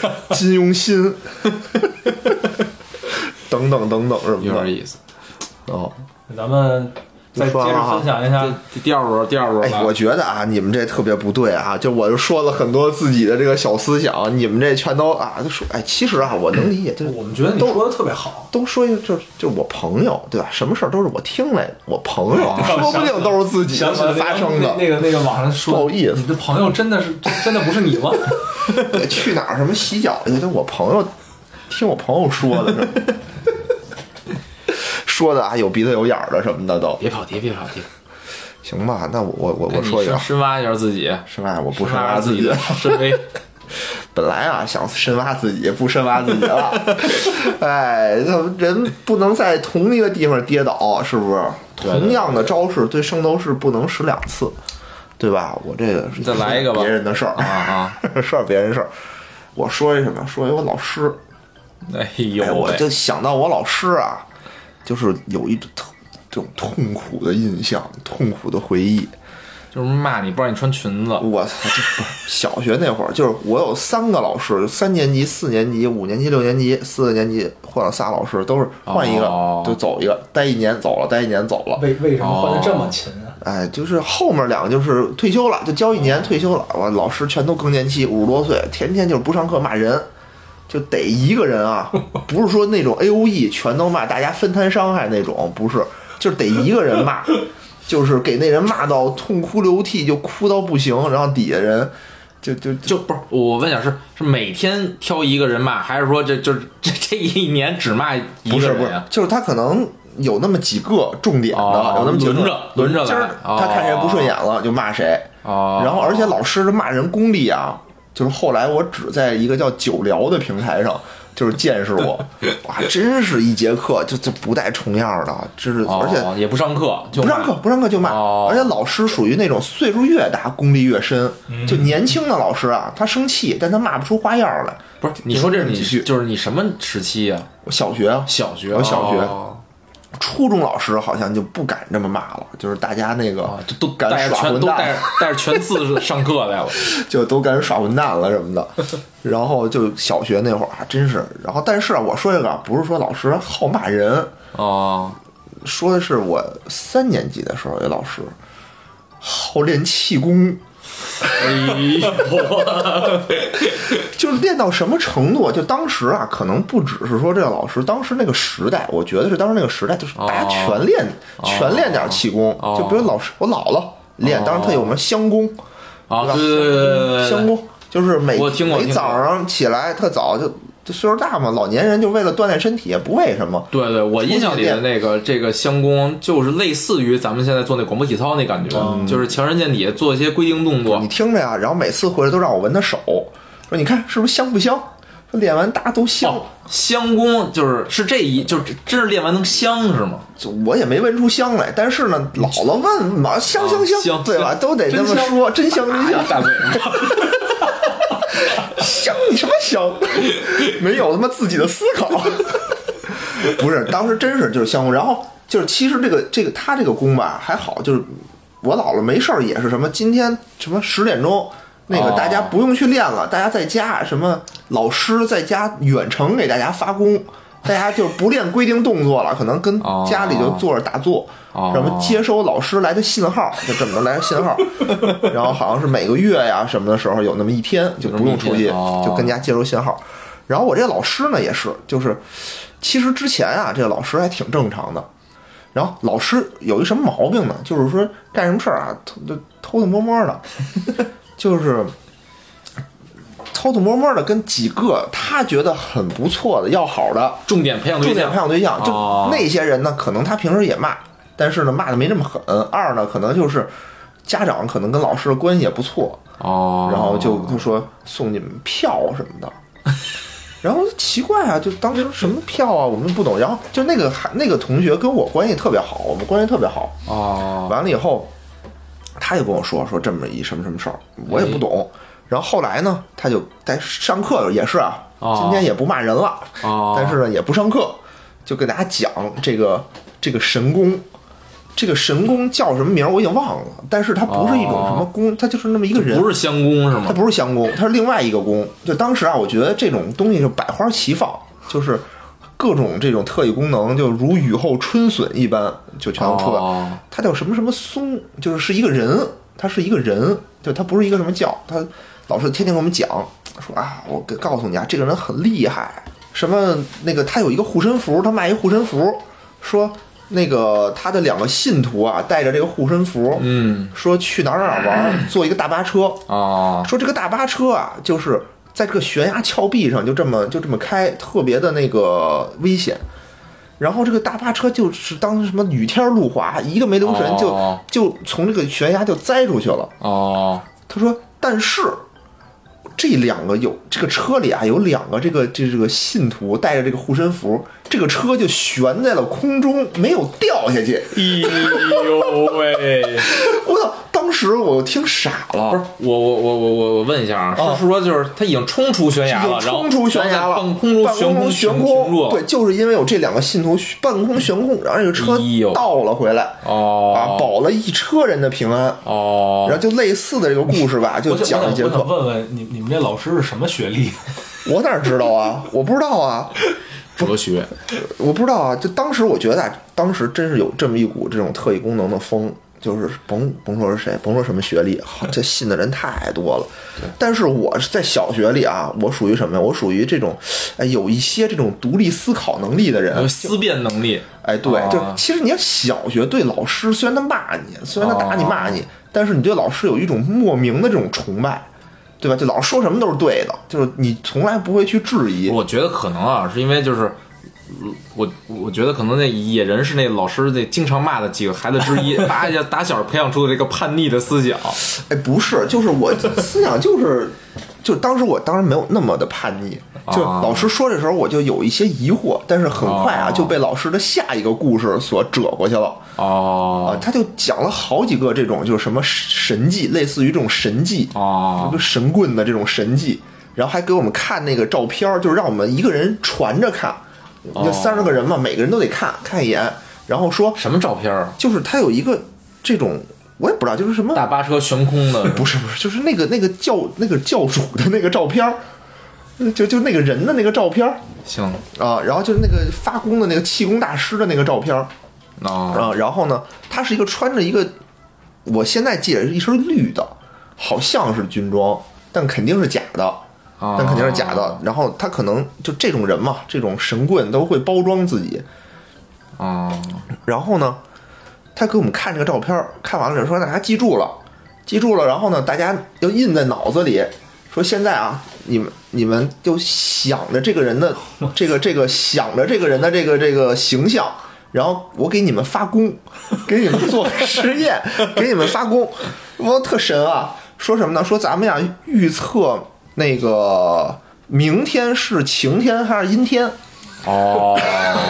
Speaker 1: 金庸新， 等等等等什
Speaker 2: 有
Speaker 1: 么
Speaker 2: 点
Speaker 1: 的
Speaker 2: 意思。
Speaker 1: 哦。
Speaker 3: 咱们再接
Speaker 1: 说完了
Speaker 3: 着
Speaker 1: 哈
Speaker 3: 分享一下
Speaker 2: 这这第二轮，第二轮
Speaker 1: 哎，
Speaker 2: 吧
Speaker 1: 我。觉得啊，你们这特别不对啊！就我就说了很多自己的这个小思想，你们这全都啊，都说哎，其实啊，我能理解，就是
Speaker 3: 我们觉得你
Speaker 1: 都
Speaker 3: 说的特别好，
Speaker 1: 都说就是就我朋友对吧？什么事儿都是我听来的，我朋 友、啊说不定都是自己
Speaker 3: 想起来
Speaker 1: 发生的。
Speaker 3: 那个那个网上说，
Speaker 1: 不好意思
Speaker 3: 你的朋友真的是真的不是你吗？
Speaker 1: 对去哪儿什么洗脚去？都我朋友听我朋友说的是吧， 说的啊，有鼻子有眼儿的什么的都
Speaker 2: 别跑题，别跑题。
Speaker 1: 行吧？那我我我我
Speaker 2: 哎你
Speaker 1: 说一个
Speaker 2: 深，深挖一下自己，
Speaker 1: 是吧？我不
Speaker 2: 深
Speaker 1: 深
Speaker 2: 挖
Speaker 1: 挖
Speaker 2: 一下自
Speaker 1: 自
Speaker 2: 己
Speaker 1: 己
Speaker 2: 的
Speaker 1: 的。
Speaker 2: 深 V。
Speaker 1: 本来啊想深挖自己，不深挖自己了。 哎，那人不能在同一个地方跌倒，是不是？
Speaker 2: 对对
Speaker 1: 同样的招式对圣斗士不能使两次，对吧？我这个是
Speaker 2: 再来一个吧
Speaker 1: 别人的事儿
Speaker 2: 啊啊！
Speaker 1: 事儿别人事儿。我说一什么？说一我老师，
Speaker 2: 哎
Speaker 1: 哎，
Speaker 2: 呦
Speaker 1: 我
Speaker 2: 喂！
Speaker 1: 就想到我老师啊，就是有一种特这种痛苦的印象，痛苦的回忆。
Speaker 2: 就是骂你，不让你穿裙子。
Speaker 1: 我操！这不是小学那会儿，就是我有三个老师，三年级、四年级、五年级、六年级、四年级换了仨老师，都是换一个、
Speaker 2: 哦
Speaker 1: 就走一个，待一年走了，待一年走了。
Speaker 3: 为为什么换的这么勤啊？
Speaker 1: 哎，就是后面两个就是退休了，就教一年退休了。我老师全都更年期，五十多岁，天天就是不上课骂人，就逮一个人啊，不是说那种 A O E 全都骂，大家分摊伤害那种，不是，就是逮一个人骂，就是给那人骂到痛哭流涕，就哭到不行，然后底下人就就就
Speaker 2: 就不是我问一下，是是每天挑一个人骂，还是说这就是这这一年只骂一
Speaker 1: 不
Speaker 2: 个
Speaker 1: 是不
Speaker 2: 人啊
Speaker 1: 是
Speaker 2: 呀，？
Speaker 1: 就是他可能有那么几个重点的，
Speaker 2: 哦
Speaker 1: 有那么几个
Speaker 2: 轮着轮着来
Speaker 1: 今儿他看谁不顺眼了就骂谁。
Speaker 2: 哦
Speaker 1: 然后而且老师的骂人功力啊，就是后来我只在一个叫九聊的平台上就是见识 我，哇，真是一节课就就不带重样儿的，真是，而且
Speaker 4: 哦也不上课，就
Speaker 1: 不上
Speaker 4: 骂
Speaker 1: 课，不上课就骂，
Speaker 4: 哦
Speaker 1: 而且老师属于那种岁数越大功力越深，
Speaker 2: 嗯
Speaker 1: 就年轻的老师啊，他生气，但他骂不出花样来。
Speaker 4: 不是你说这是
Speaker 1: 继续
Speaker 4: 你就是你什么时期啊？
Speaker 1: 我小学啊，
Speaker 4: 小学，
Speaker 1: 我小学
Speaker 4: 哦
Speaker 1: 初中老师好像就不敢这么骂了，就是大家那个
Speaker 4: 啊，就都
Speaker 1: 敢
Speaker 4: 带着
Speaker 1: 耍
Speaker 4: 全
Speaker 1: 混
Speaker 4: 都带
Speaker 1: 蛋
Speaker 4: 着，带着全字上课来了，
Speaker 1: 就都敢耍混蛋了什么的。然后就小学那会儿还真是，然后但是啊，我说这个啊不是说老师好骂人，
Speaker 4: 哦，
Speaker 1: 说的是我三年级的时候有老师好练气功。
Speaker 4: 哎 呦，
Speaker 1: 就是练到什么程度啊？就当时啊，可能不只是说这个老师，当时那个时代，我觉得是当时那个时代，就是大家全练、全练点气功，
Speaker 4: 哦
Speaker 1: 就比如老师，我姥姥练，当时她有什么香功，
Speaker 4: 啊，
Speaker 1: 对吧
Speaker 4: 对对对对
Speaker 1: 香
Speaker 4: 对对，
Speaker 1: 功就是每
Speaker 4: 我听过
Speaker 1: 每
Speaker 4: 听过
Speaker 1: 早上起来特早就。就岁数大嘛，老年人就为了锻炼身体，也不为什么。
Speaker 4: 对对，我印象里的那个这个相公，就是类似于咱们现在做那广播体操那感觉，
Speaker 1: 嗯
Speaker 4: 就是强身健体，做一些规定动作
Speaker 1: 你。听着呀，然后每次回来都让我闻他手，说你看是不是香不香？说练完大家都香，
Speaker 4: 哦，香功就是是这一，就是真是练完能香是吗？
Speaker 1: 就我也没闻出香来，但是呢，姥姥问嘛，香香
Speaker 4: 嗯啊香
Speaker 1: 对吧？
Speaker 4: 香
Speaker 1: 都得这
Speaker 4: 真
Speaker 1: 么
Speaker 4: 香
Speaker 1: 说，真香真香，
Speaker 4: 大嘴，
Speaker 1: 香你什么香？没有他妈自己的思考， 不是，当时真是就是香。然后就是其实这个这个他这个功吧还好，就是我姥姥没事儿也是什么今天什么十点钟。那个
Speaker 4: 哦
Speaker 1: 大家不用去练了，大家在家什么老师在家远程给大家发功，大家就不练规定动作了，可能跟
Speaker 4: 哦
Speaker 1: 家里就坐着打坐，
Speaker 4: 哦
Speaker 1: 什么接收老师来的信号，就怎么来的信 号，然后好像是每个月呀什么的时候有那么一天就不用出去，
Speaker 4: 有那么一天哦
Speaker 1: 就跟家接收信号。然后我这个老师呢也是，就是其实之前啊这个老师还挺正常的，然后老师有一什么毛病呢？就是说干什么事儿啊，偷就偷偷摸摸 的，就是偷偷摸摸的跟几个他觉得很不错的要好的
Speaker 4: 重点培养
Speaker 1: 重
Speaker 4: 对
Speaker 1: 点
Speaker 4: 象
Speaker 1: 培。养对象，就
Speaker 4: 哦
Speaker 1: 那些人呢，可能他平时也骂，但是呢骂的没那么狠。二呢，可能就是家长可能跟老师的关系也不错，
Speaker 4: 哦，
Speaker 1: 然后就就说送你们票什么 的。然后奇怪啊，就当时什么票啊，我们不懂。然后就那个还那个同学跟我关系特别好，我们关系特别好。
Speaker 4: 哦，
Speaker 1: 完了以后，他就跟我说说这么一什么什么事儿，我也不懂。
Speaker 4: 哎
Speaker 1: 然后后来呢，他就在上课也是啊，
Speaker 4: 哦
Speaker 1: 今天也不骂人了，
Speaker 4: 哦
Speaker 1: 但是呢也不上课，就给大家讲这个这个神功。这个神功叫什么名儿我已经忘了，但是它不是一种什么功，它就是那么一个人，
Speaker 4: 哦不是香功是
Speaker 1: 它
Speaker 4: 吗？哦
Speaker 1: 不是相公，它是另外一个公。就当时啊，我觉得这种东西就百花齐放，就是各种这种特异功能，就如雨后春笋一般，就全都出来。
Speaker 4: 哦
Speaker 1: 它叫什么什么松，就是是一个人，他是一个人，就他不是一个什么教，他老师天天跟我们讲说啊，我给告诉你啊，这个人很厉害，什么那个他有一个护身符，他卖一护身符，说那个他的两个信徒啊，带着这个护身符，
Speaker 4: 嗯，
Speaker 1: 说去哪儿哪儿哪儿玩儿，坐一个大巴车，
Speaker 4: 哦，
Speaker 1: 说这个大巴车啊，就是在这个悬崖峭壁上就这么就这么开，特别的那个危险。然后这个大巴车就是当时什么雨天路滑，一个没留神就、
Speaker 4: 哦
Speaker 1: 就从这个悬崖就栽出去了。
Speaker 4: 哦，
Speaker 1: 他说，但是这两个有这个车里啊有两个这个这这个信徒带着这个护身符，这个车就悬在了空中，没有掉下去。
Speaker 4: 哎呦喂！
Speaker 1: 我操！当时我听傻了，
Speaker 4: 不是我我我我我我问一下啊，是说就是他已经冲出悬崖了，
Speaker 1: 有
Speaker 4: 然后
Speaker 1: 哦冲出悬崖了，
Speaker 4: 然后在半空中悬
Speaker 1: 空
Speaker 4: 悬
Speaker 1: 悬
Speaker 4: 停住，
Speaker 1: 对，，就是因为有这两个信徒悬半空悬空，然后这个车
Speaker 4: 哎呦
Speaker 1: 倒了回来，啊，
Speaker 4: 哦
Speaker 1: 保了一车人的平安。
Speaker 4: 哦
Speaker 1: 然后就类似的这个故事吧，就
Speaker 3: 我想
Speaker 1: 讲
Speaker 3: 我
Speaker 1: 一节
Speaker 3: 想我
Speaker 1: 课
Speaker 3: 想。问问你，你们这老师是什么学历？
Speaker 1: 我哪知道啊？我不知道啊，
Speaker 4: 哲学
Speaker 1: 我不知道啊。就当时我觉得，啊，当时真是有这么一股这种特异功能的风，就是甭甭说是谁，甭说什么学历，好这信的人太多了。但是我是在小学里啊，我属于什么呀？我属于这种，哎，有一些这种独立思考能力的人，
Speaker 4: 有思辨能力
Speaker 1: 哎，对，
Speaker 4: 啊
Speaker 1: 就其实你要小学对老师，虽然他骂你，虽然他打你
Speaker 4: 哦
Speaker 1: 骂你，但是你对老师有一种莫名的这种崇拜，对吧？就老师说什么都是对的，就是你从来不会去质疑。
Speaker 4: 我觉得可能啊，是因为就是。嗯我我觉得可能那野人是那老师那经常骂的几个孩子之 一，打小打小培养出的这个叛逆的思想。
Speaker 1: 哎，不是，就是我思想就是就当时我当然没有那么的叛逆，就
Speaker 2: 啊
Speaker 1: 老师说的时候我就有一些疑惑，但是很快啊
Speaker 2: 哦
Speaker 1: 就被老师的下一个故事所折过去了。啊
Speaker 2: 哦，
Speaker 1: 他就讲了好几个这种就是什么神技，类似于这种神技
Speaker 2: 哦
Speaker 1: 就神棍的这种神技，然后还给我们看那个照片儿，就是让我们一个人传着看，那三十个人嘛，每个人都得看看一眼，然后说
Speaker 2: 什么照片儿？
Speaker 1: 就是他有一个这种我也不知道，就是什么
Speaker 2: 大巴车悬空的，
Speaker 1: 不是不是，就是那个那个教那个教主的那个照片儿，就就那个人的那个照片儿
Speaker 2: 行
Speaker 1: 啊，然后就是那个发功的那个气功大师的那个照片儿。
Speaker 2: 哦
Speaker 1: 啊，然后呢，他是一个穿着一个，我现在记得是一身绿的，好像是军装，但肯定是假的，
Speaker 2: 哦
Speaker 1: 但肯定是假的。然后他可能就这种人嘛，这种神棍都会包装自己。
Speaker 2: 哦，
Speaker 1: 然后呢，他给我们看这个照片儿，看完了之后说大家记住了，记住了。然后呢，大家要印在脑子里，说现在啊，你们你们就想着这个人的这个这个想着这个人的这个这个形象。然后我给你们发功，给你们做实验， 给你们发功，我特神啊！说什么呢？说咱们呀预测那个明天是晴天还是阴天？
Speaker 2: 哦，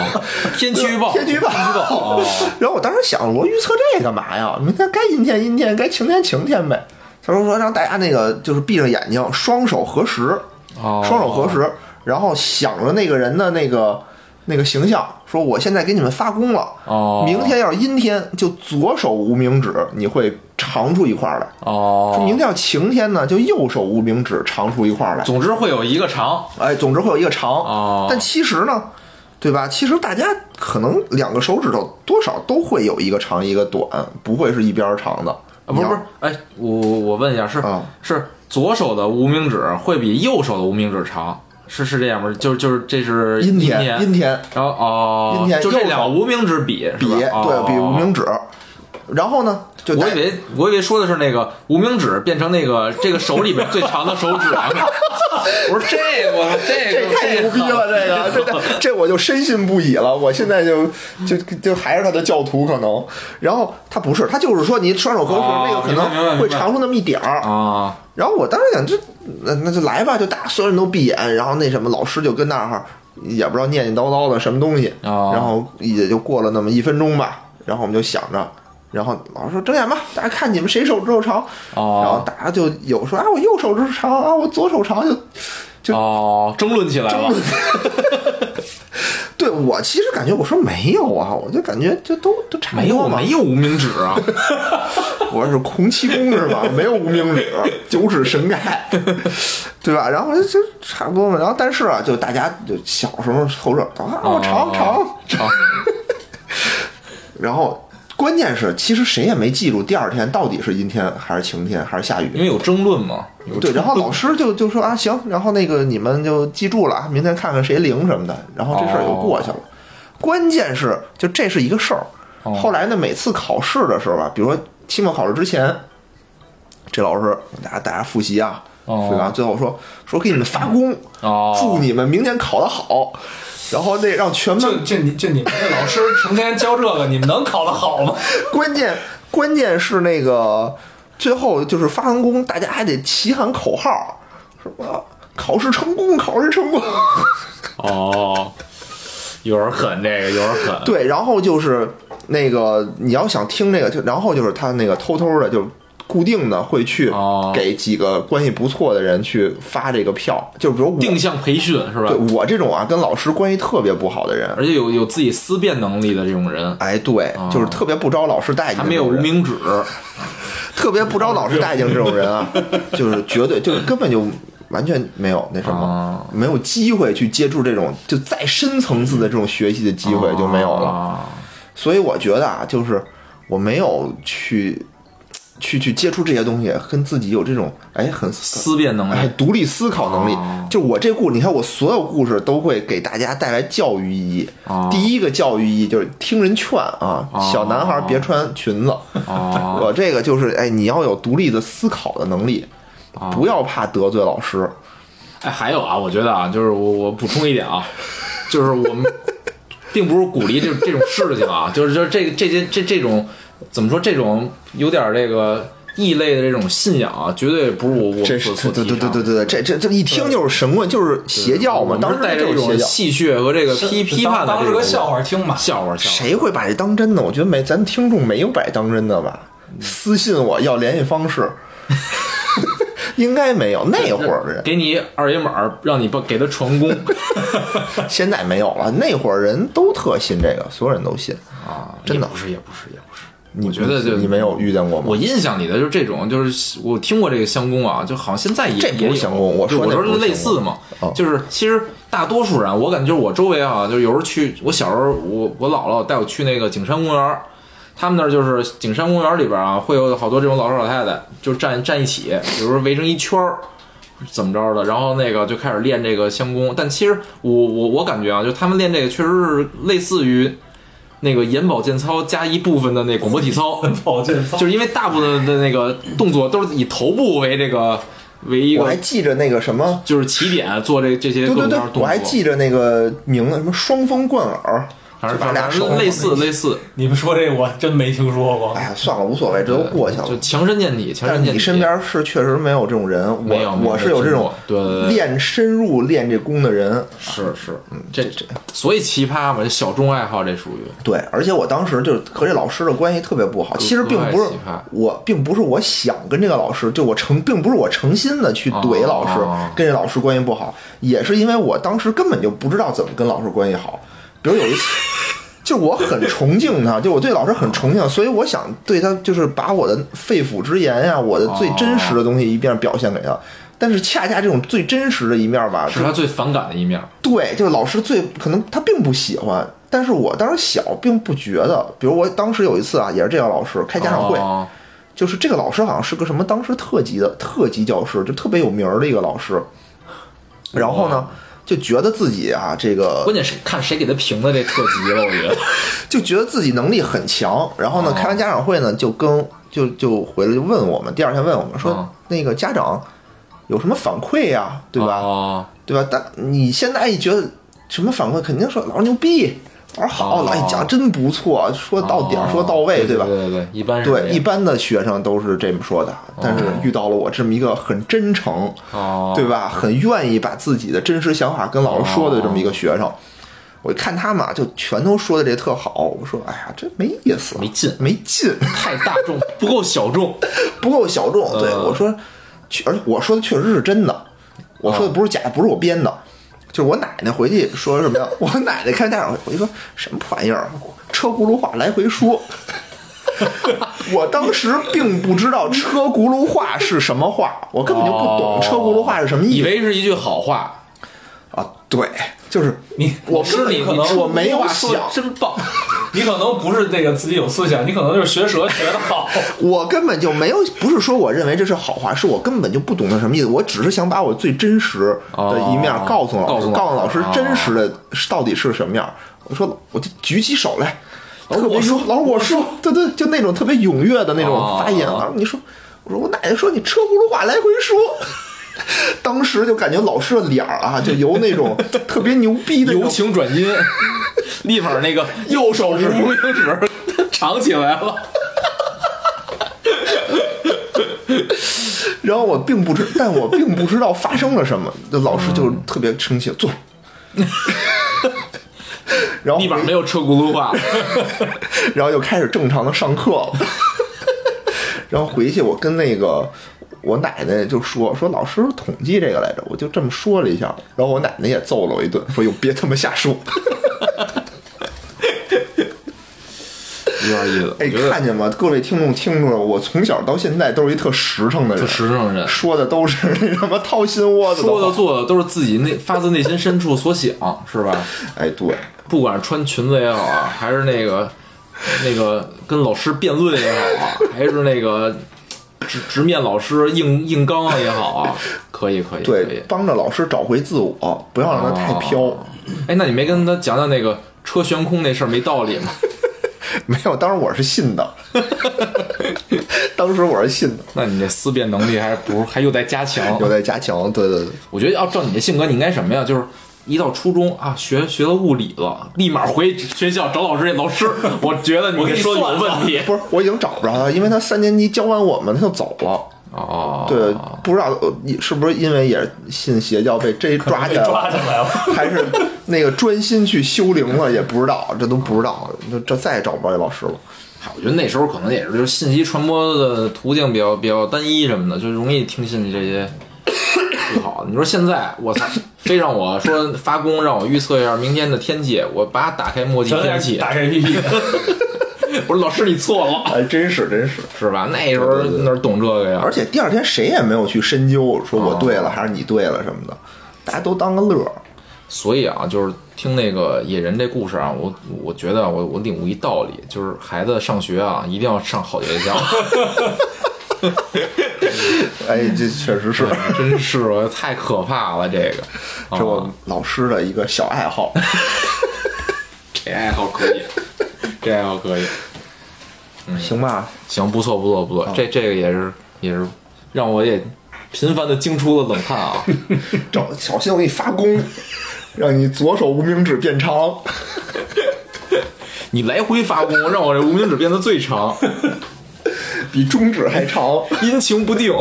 Speaker 2: 天气预报，
Speaker 1: 天气预报， 然后我当时想，我预测这干嘛呀？明天该阴天阴天，该晴天晴天呗。他说说让大家那个就是闭上眼睛，双手合十，
Speaker 2: 哦
Speaker 1: 双手合十，然后想着那个人的那个那个形象，说我现在给你们发功了。
Speaker 2: 哦
Speaker 1: 明天要是阴天，就左手无名指你会长出一块儿来；
Speaker 2: 哦，
Speaker 1: 说明天要晴天呢，就右手无名指长出一块儿来。
Speaker 2: 总之会有一个长
Speaker 1: 哎，总之会有一个长。
Speaker 2: 哦
Speaker 1: 但其实呢，对吧？其实大家可能两个手指头多少都会有一个长一个短，不会是一边儿长的。
Speaker 2: 啊，不
Speaker 1: 你
Speaker 2: 是
Speaker 1: 要
Speaker 2: 不是，，哎，我我我问一下，是、
Speaker 1: 啊
Speaker 2: 是左手的无名指会比右手的无名指长，是是这样吗？就是就是这是
Speaker 1: 阴
Speaker 2: 天
Speaker 1: 天，阴天
Speaker 2: 然后哦，
Speaker 1: 阴天
Speaker 2: 就这
Speaker 1: 右手
Speaker 2: 两个无名指比
Speaker 1: 比
Speaker 2: 是吧
Speaker 1: 对
Speaker 2: 哦
Speaker 1: 比无名指。然后呢，就
Speaker 2: 我
Speaker 1: 大
Speaker 2: 以为我以为说的是那个无名指变成那个这个手里面最长的手指 啊，我说这我操这
Speaker 1: 这
Speaker 2: 个
Speaker 1: 太牛逼了，这个这这这我就深信不疑了。我现在就就就还是他的教徒可能。然后他不是，他就是说你双手合十，
Speaker 2: 哦
Speaker 1: 那个可
Speaker 2: 明白明白
Speaker 1: 能
Speaker 2: 明
Speaker 1: 会
Speaker 2: 白
Speaker 1: 长出那么一点儿
Speaker 2: 啊、哦
Speaker 1: 然后我当时想，这那那就来吧，就大所有人都闭眼，然后那什么老师就跟那儿也不知道念念叨叨的什么东西，
Speaker 2: 哦
Speaker 1: 然后也就过了那么一分钟吧，然后我们就想着，然后老师说睁眼吧，大家看你们谁手指头长，然后
Speaker 2: 哦
Speaker 1: 大家就有说啊我右手指头长啊我左手长就。
Speaker 2: 哦，争论起来了，
Speaker 1: 对我其实感觉，我说没有啊，我就感觉就都都差不
Speaker 2: 没
Speaker 1: 多
Speaker 2: 有
Speaker 1: 嘛
Speaker 2: 没有无名指 啊，
Speaker 1: 我是空气功是吧？没有无名指，九指神丐， 对吧？然后就就差不多嘛。然后但是啊，就大家就小时候后手啊，我尝尝尝。 然后关键是，其实谁也没记住第二天到底是阴天还是晴天还是下
Speaker 2: 因
Speaker 1: 雨。
Speaker 2: 为有争论嘛，有
Speaker 1: 对，然后老师就就说啊行，然后那个你们就记住了，啊，明天看看谁灵什么的，然后这事儿就过去了。
Speaker 2: 哦
Speaker 1: 关键是，就这是一个事儿。后来呢，每次考试的时候吧，比如说期末考试之前，这老师大家大家复习啊，
Speaker 2: 哦
Speaker 1: 复习完最后说说给你们发功，
Speaker 2: 哦
Speaker 1: 祝你们明天考得好，然后那让全班
Speaker 3: 就就你就你们这老师成天教这个，你们能考得好吗？
Speaker 1: 关键关键是那个最后就是发完功，大家还得齐喊口号，什么考试成功，考试成功。
Speaker 2: 哦，有人狠这个，有人狠。
Speaker 1: 对，然后就是那个你要想听这个，就然后就是他那个偷偷的就。固定的会去
Speaker 2: 哦
Speaker 1: 给几个关系不错的人去发这个票，就比如我，
Speaker 2: 定向培训是吧
Speaker 1: 对？我这种啊跟老师关系特别不好的人，
Speaker 2: 而且有有自己思辨能力的这种人，
Speaker 1: 哎，对，就是特别不招老师待见
Speaker 2: 他
Speaker 1: 的
Speaker 2: 哦
Speaker 1: 这
Speaker 2: 没有
Speaker 1: 种
Speaker 2: 无
Speaker 1: 人，
Speaker 2: 名指，
Speaker 1: 特别不招老师待见这种人 啊，就是绝对就根本就完全没有那什么
Speaker 2: 啊，
Speaker 1: 没有机会去接触这种就再深层次的这种学习的机会就没有了。
Speaker 2: 啊
Speaker 1: 所以我觉得啊，就是我没有去去去接触这些东西，跟自己有这种哎很
Speaker 2: 思辨能
Speaker 1: 哎
Speaker 2: 力。
Speaker 1: 独立思考能
Speaker 2: 哦
Speaker 1: 力。就我这故事，你看我所有故事都会给大家带来教育意义。
Speaker 2: 哦
Speaker 1: 第一个教育意义就是听人劝啊，小男孩别穿裙子。
Speaker 2: 哦
Speaker 1: 我这个就是哎，你要有独立的思考的能力，
Speaker 2: 哦
Speaker 1: 不要怕得罪老师。
Speaker 2: 哎，还有啊，我觉得啊，就是我我补充一点 啊，就是我们并不是鼓励这这种事情啊，就是就是这这些这这种怎么说这种有点这个异类的这种信仰啊，绝对不是啊我我
Speaker 1: 这
Speaker 2: 所
Speaker 1: 是
Speaker 2: 所
Speaker 1: 对对对对
Speaker 2: 提倡
Speaker 1: 对
Speaker 2: 的。
Speaker 1: 对对，这这这一听就是神棍，就是邪教
Speaker 2: 我
Speaker 1: 嘛。
Speaker 2: 们
Speaker 1: 当时
Speaker 2: 是带着
Speaker 1: 就
Speaker 2: 一
Speaker 1: 是
Speaker 2: 种
Speaker 1: 邪教，
Speaker 2: 戏谑和这个批批判的
Speaker 3: 当
Speaker 2: 这
Speaker 3: 是
Speaker 2: 种
Speaker 3: 个笑话听吧。
Speaker 2: 笑话，笑话。
Speaker 1: 谁会把这当真呢？我觉得没，咱听众没有把这当真的吧？私信我要联系方式， 应该没 有。那会儿人
Speaker 2: 给你二爷码，让你把给他传 功
Speaker 1: 现在没有了，那会儿人都特信这个，所有人都信。
Speaker 2: 啊？
Speaker 1: 真的
Speaker 2: 也不是，也不是，也不是。
Speaker 1: 你
Speaker 2: 我觉得就
Speaker 1: 你没有遇见过吗？
Speaker 2: 我印象里的就是这种，就是我听过这个相公啊，就好像现在也
Speaker 1: 这不是
Speaker 2: 也有
Speaker 1: 相公我
Speaker 2: 对
Speaker 1: 说
Speaker 2: 我
Speaker 1: 那
Speaker 2: 说
Speaker 1: 不是
Speaker 2: 类
Speaker 1: 相
Speaker 2: 似
Speaker 1: 公
Speaker 2: 嘛
Speaker 1: 哦，
Speaker 2: 就是其实大多数人，我感觉就是我周围啊，就是有时候去，我小时候我我姥姥带我去那个景山公园儿，他们那儿就是景山公园里边啊，会有好多这种老头老太太就站站一起，有时候围成一圈儿。怎么着的？然后那个就开始练这个相公，但其实我我我感觉啊，就他们练这个确实是类似于那个眼保健操加一部分的那广播体操，
Speaker 3: 保健操
Speaker 2: 就是因为大部分的那个动作都是以头部为这个为一
Speaker 1: 我还
Speaker 2: 个
Speaker 1: 记着那个什么，
Speaker 2: 就是起点做这这些
Speaker 1: 对对
Speaker 2: 各种各
Speaker 1: 对
Speaker 2: 样的，动作，
Speaker 1: 我还记着那个名字，什么双峰贯耳，
Speaker 2: 反
Speaker 1: 就
Speaker 2: 正
Speaker 1: 把俩
Speaker 2: 反
Speaker 1: 手
Speaker 2: 正类似。类似，
Speaker 3: 你们说这个我真没听说过
Speaker 1: 哎。呀，算了，无所谓，这都过去了
Speaker 2: 就。强身健体，强
Speaker 1: 但是
Speaker 2: 身健体。
Speaker 1: 你身边是确实没有这种人，
Speaker 2: 没有
Speaker 1: 我
Speaker 2: 没有
Speaker 1: 我是
Speaker 2: 没
Speaker 1: 有这
Speaker 2: 听
Speaker 1: 种
Speaker 2: 过呃对对对
Speaker 1: 练深入练这功的人，
Speaker 2: 是是，嗯这这，所以奇葩嘛，这小众爱好这属于
Speaker 1: 对，而且我当时就是和这老师的关系特别不好，其实并不是
Speaker 2: 格外奇葩
Speaker 1: 我，并不是我想跟这个老师，就我诚，并不是我诚心的去怼老师，
Speaker 2: 哦
Speaker 1: 跟这老师关系不好，也是因为我当时根本就不知道怎么跟老师关系好。比如有一次，就我很崇敬他，就我对老师很崇敬，所以我想对他就是把我的肺腑之言呀、我的最真实的东西一面表现给他。但是恰恰这种最真实的一面吧，
Speaker 2: 哦是他最反感的一面。
Speaker 1: 对，就是老师最可能他并不喜欢，但是我当时小并不觉得。比如我当时有一次啊，也是这个老师开家长会，
Speaker 2: 哦
Speaker 1: 就是这个老师好像是个什么当时特级的特级教师，就特别有名儿的一个老师。然后
Speaker 2: 哦
Speaker 1: 呢，就觉得自己啊，这个
Speaker 2: 关键是看谁给他评的这特级了，我觉得
Speaker 1: 就觉得自己能力很强。然后呢，开
Speaker 2: 哦
Speaker 1: 完家长会呢，就跟就就回来就问我们，第二天问我们说
Speaker 2: 哦，
Speaker 1: 那个家长有什么反馈呀、 对吧？
Speaker 2: 哦，
Speaker 1: 对吧？但你现在一觉得什么反馈，肯定说老师牛逼，老师好，
Speaker 2: 哦
Speaker 1: 老师你讲真不错，说到点儿，
Speaker 2: 哦
Speaker 1: 说到位，
Speaker 2: 对
Speaker 1: 吧？
Speaker 2: 对对对，一般是这
Speaker 1: 对，
Speaker 2: 样
Speaker 1: 一般的学生都是这么说的，但是
Speaker 2: 哦
Speaker 1: 遇到了我这么一个很真诚，
Speaker 2: 哦，
Speaker 1: 对吧？很愿意把自己的真实想法跟老师说的这么一个学生，我一看他嘛，就全都说的这特好，我说哎呀，这没意思，
Speaker 2: 没劲
Speaker 1: 没劲，
Speaker 2: 太大众，不够小 众。
Speaker 1: 不够小众。对
Speaker 2: 嗯
Speaker 1: 我说，确而且我说的确实是真的，我
Speaker 2: 嗯
Speaker 1: 说的不是假，不是我编的。就是我奶奶回去说什么呀？我奶奶开家长会，我就说什么玩意儿，车轱辘话来回说。 我当时并不知道车轱辘话是什么话，我根本就不懂车轱辘话是什么意
Speaker 2: 哦以
Speaker 1: 思、
Speaker 2: 为是一句好话，
Speaker 1: 啊。对，就是
Speaker 3: 你
Speaker 1: 我
Speaker 2: 是
Speaker 1: 根本
Speaker 2: 你，
Speaker 1: 可
Speaker 2: 你
Speaker 1: 能
Speaker 2: 说
Speaker 1: 我没有
Speaker 2: 话说得
Speaker 1: 想，
Speaker 2: 真 棒。
Speaker 3: 你可能不是那个自己有思想，你可能就是学舌学的 好。
Speaker 1: 我根本就没有，不是说我认为这是好话，是我根本就不懂它什么意思。我只是想把我最真实的一面
Speaker 2: 哦
Speaker 1: 告诉老
Speaker 2: 告
Speaker 1: 师，
Speaker 2: 诉
Speaker 1: 告诉老
Speaker 2: 老师
Speaker 1: 师啊真实的到底是什么样。我说，我就举起手来，特别说，老师我说，啊对对，就那种特别踊跃的那种
Speaker 2: 哦
Speaker 1: 发言。
Speaker 2: 哦
Speaker 1: 老师你说，我说我奶奶说你车轱辘话来回说。 当时就感觉老师的脸儿啊，就由那种特别牛逼的那种
Speaker 2: 由晴转 阴，立马那个右手指、无名 指长起来了。
Speaker 1: 然后我并不知， 但我并不知道发生了什么，就老师
Speaker 2: 嗯
Speaker 1: 就特别生气， 坐。然后
Speaker 2: 立马没
Speaker 1: 有，
Speaker 2: 有车轱辘话，
Speaker 1: 然后就开始正常的上课了。然后回去，我跟那个我奶奶就说说老师统计这个来着，我就这么说了一下，然后我奶奶也揍了我一顿，说哟别他妈瞎 说，
Speaker 2: 有点意思。
Speaker 1: 哎
Speaker 2: 我觉得
Speaker 1: 看见吗？各位听众听着，我从小到现在都是一特实诚的人，
Speaker 2: 特实诚人
Speaker 1: 说的都是那什么掏心窝子
Speaker 2: 说的
Speaker 1: 话，
Speaker 2: 做的都是自己内发自内心深处所想，是吧？
Speaker 1: 哎对，
Speaker 2: 不管是穿裙子也好啊，还是那个那个跟老师辩论也好啊，还是那个直直面老师硬硬刚啊也好啊，可以可以可以
Speaker 1: 对，。帮着老师找回自我，不要让他太飘。
Speaker 2: 哦哎，那你没跟他讲讲那个车悬空那事儿没道理吗？
Speaker 1: 没有，当时我是信的， 当时我是信的，
Speaker 2: 那你这思辨能力还是不是还又在加 强？
Speaker 1: 有待加强。对对对，
Speaker 2: 我觉得要照你的性格，你应该什么呀？就是一到初中啊，学学了物理了，立马回学校找老师。老师，我觉得你
Speaker 3: 给你
Speaker 2: 说的
Speaker 3: 算
Speaker 2: 有问 题。
Speaker 1: 不是，我已经找不着他，因为他三年级教完我们，他就走了。
Speaker 2: 哦，
Speaker 1: 对，不知道呃是不是因为也信邪教被这抓起来
Speaker 3: 抓起
Speaker 1: 了，
Speaker 3: 来了。
Speaker 1: 还是那个专心去修灵了，也不知道，这都不知道，这这再也找不着这老师了。
Speaker 2: 嗨我觉得那时候可能也是就是信息传播的途径比较比较单一什么的，就容易听信这些不好的。你说现在我操，非让我说发功让我预测一下明天的天气，我把打开墨镜
Speaker 3: 咱俩
Speaker 2: 天气，
Speaker 3: 打开 APP，
Speaker 2: 我说老师你错了，
Speaker 1: 哎，真是真是。
Speaker 2: 是吧？那时候哪懂这个呀？
Speaker 1: 而且第二天谁也没有去深究，说我对了还是你对了什么的，大家都当个乐儿。
Speaker 2: 所以啊，就是听那个野人这故事啊，我我觉得我我领悟一道理，就是孩子上学啊，一定要上好学校。
Speaker 1: 哎，这确实是，
Speaker 2: 真是我太可怕了，这个，啊、
Speaker 1: 这我老师的一个小爱好。
Speaker 2: 这爱好可以， 这爱好可以，嗯
Speaker 1: 行吧，
Speaker 2: 行，不错不错不错，这这个也是也是让我也频繁的惊出了冷汗 啊。
Speaker 1: 找小心我给你发功，让你左手无名指变长。
Speaker 2: 你来回发功，让我这无名指变得最长，
Speaker 1: 比中指还长，
Speaker 2: 阴晴不定，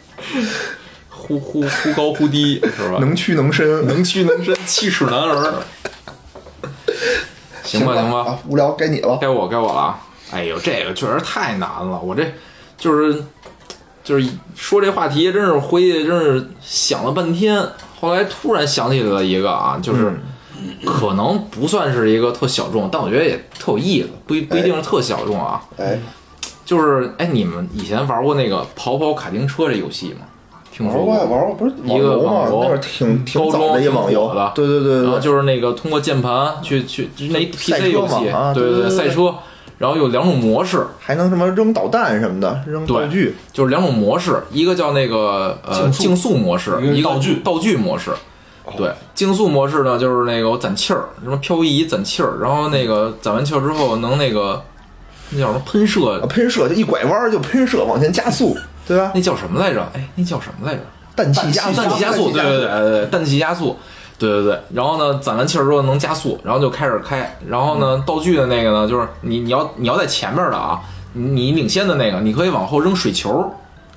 Speaker 2: 忽忽忽高忽低，是吧？
Speaker 1: 能屈能伸，
Speaker 2: 能屈能伸，七尺男儿。行吧，行吧，
Speaker 1: 啊，无聊该你了。
Speaker 2: 该我该我了啊。哎呦，这个确实太难了，我这就是就是说这话题，真是回去真是想了半天，后来突然想起了一个啊，就是。可能不算是一个特小众，但我觉得也特有意思，不一不一定是特小众啊。
Speaker 1: 哎，
Speaker 2: 就是哎，你们以前玩过那个跑跑卡丁车这游戏吗？听
Speaker 1: 玩
Speaker 2: 说
Speaker 1: 过呀，玩过，不是
Speaker 2: 一个
Speaker 1: 网
Speaker 2: 网
Speaker 1: 游
Speaker 2: 游嗯
Speaker 1: 吗？那会儿挺挺
Speaker 2: 高中
Speaker 1: 早的一
Speaker 2: 挺
Speaker 1: 网游
Speaker 2: 火的，啊
Speaker 1: 对对对
Speaker 2: 然
Speaker 1: 对
Speaker 2: 后
Speaker 1: 对，
Speaker 2: 就是那个通过键盘去去，就是那
Speaker 1: 赛车
Speaker 2: PC 游戏，
Speaker 1: 嘛啊
Speaker 2: 对
Speaker 1: 对对
Speaker 2: 对，
Speaker 1: 对
Speaker 2: 赛车。然后有两种模式，
Speaker 1: 还能什么扔导弹什么的，扔道
Speaker 2: 对
Speaker 1: 具，
Speaker 2: 就是两种模式，一个叫那个呃
Speaker 3: 竞速
Speaker 2: 竞速模式，
Speaker 3: 一个是
Speaker 2: 一个
Speaker 3: 道具
Speaker 2: 道具模式。
Speaker 1: 哦
Speaker 2: 对，竞速模式呢，就是那个我攒气儿，什么漂移攒气儿，然后那个攒完气儿之后能那个那叫什么喷射哎
Speaker 1: 啊，喷射就一拐弯儿就喷射往前加速，对吧？
Speaker 2: 那叫什么来着？哎，那叫什么来着？
Speaker 1: 氮气加
Speaker 2: 氮气加速，对对对呃对对，氮气加速，对对对。然后呢，攒完气儿之后能加速，然后就开始开。然后
Speaker 1: 嗯
Speaker 2: 呢，道具的那个呢，就是你你要你要在前面的啊，你你领先的那个，你可以往后扔水球，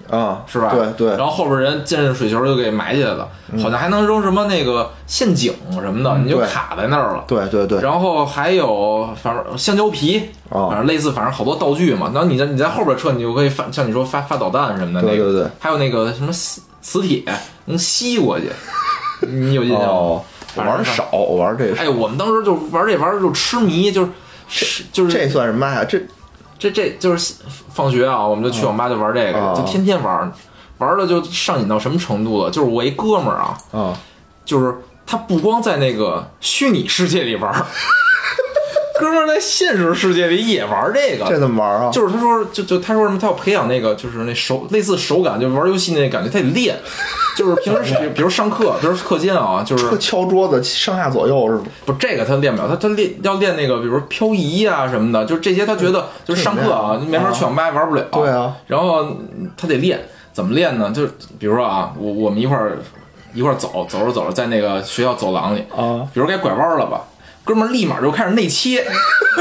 Speaker 1: 啊，
Speaker 2: 是吧？
Speaker 1: 对对嗯
Speaker 2: 然，后后边人见着水球就给埋起来了，好像还能扔什么那个陷阱什么的，你就
Speaker 1: 对
Speaker 2: 卡在那儿了。
Speaker 1: 对对对，
Speaker 2: 然后还有，反正橡胶皮，
Speaker 1: 哦
Speaker 2: 反正类似，反正好多道具嘛。然后你在你在后边车，你就可以发，像你说发发导弹什么的那
Speaker 1: 对
Speaker 2: 个，
Speaker 1: 对对
Speaker 2: 还有那个什么磁磁铁能吸 过去，你有印象吗？
Speaker 1: 哦，我玩儿少，我玩儿这
Speaker 2: 哎，我们当时就玩这玩意儿就痴迷，就是是就是
Speaker 1: 这算什么呀？这
Speaker 2: 这这就是放学啊，我们就去网吧就玩这个，
Speaker 1: 啊
Speaker 2: 就天天玩，玩的就上瘾到什么程度了？就是我一哥们儿啊，
Speaker 1: 啊，
Speaker 2: 就是他不光在那个虚拟世界里玩儿， 哥们儿在现实世界里也玩这个。
Speaker 1: 这怎么玩儿啊？
Speaker 2: 就是他说，就就他说什么，他要培养那个，就是那手类似手感，就玩游戏那感觉，他得练。就是平时，比如比如上课，比如课间啊，就是
Speaker 1: 就敲桌子上下左右是吗？
Speaker 2: 不，这个他练不了，他他练要练那个，比如说漂移啊什么的，就是这些他觉得就是上课啊，没法去网吧玩不了。
Speaker 1: 嗯对啊，
Speaker 2: 然后嗯他得练，怎么练呢？就是比如说啊，我我们一块儿一块儿走，走着走着，在那个学校走廊里，
Speaker 1: 啊，
Speaker 2: 比如该拐弯了吧，哥们儿立马就开始内切，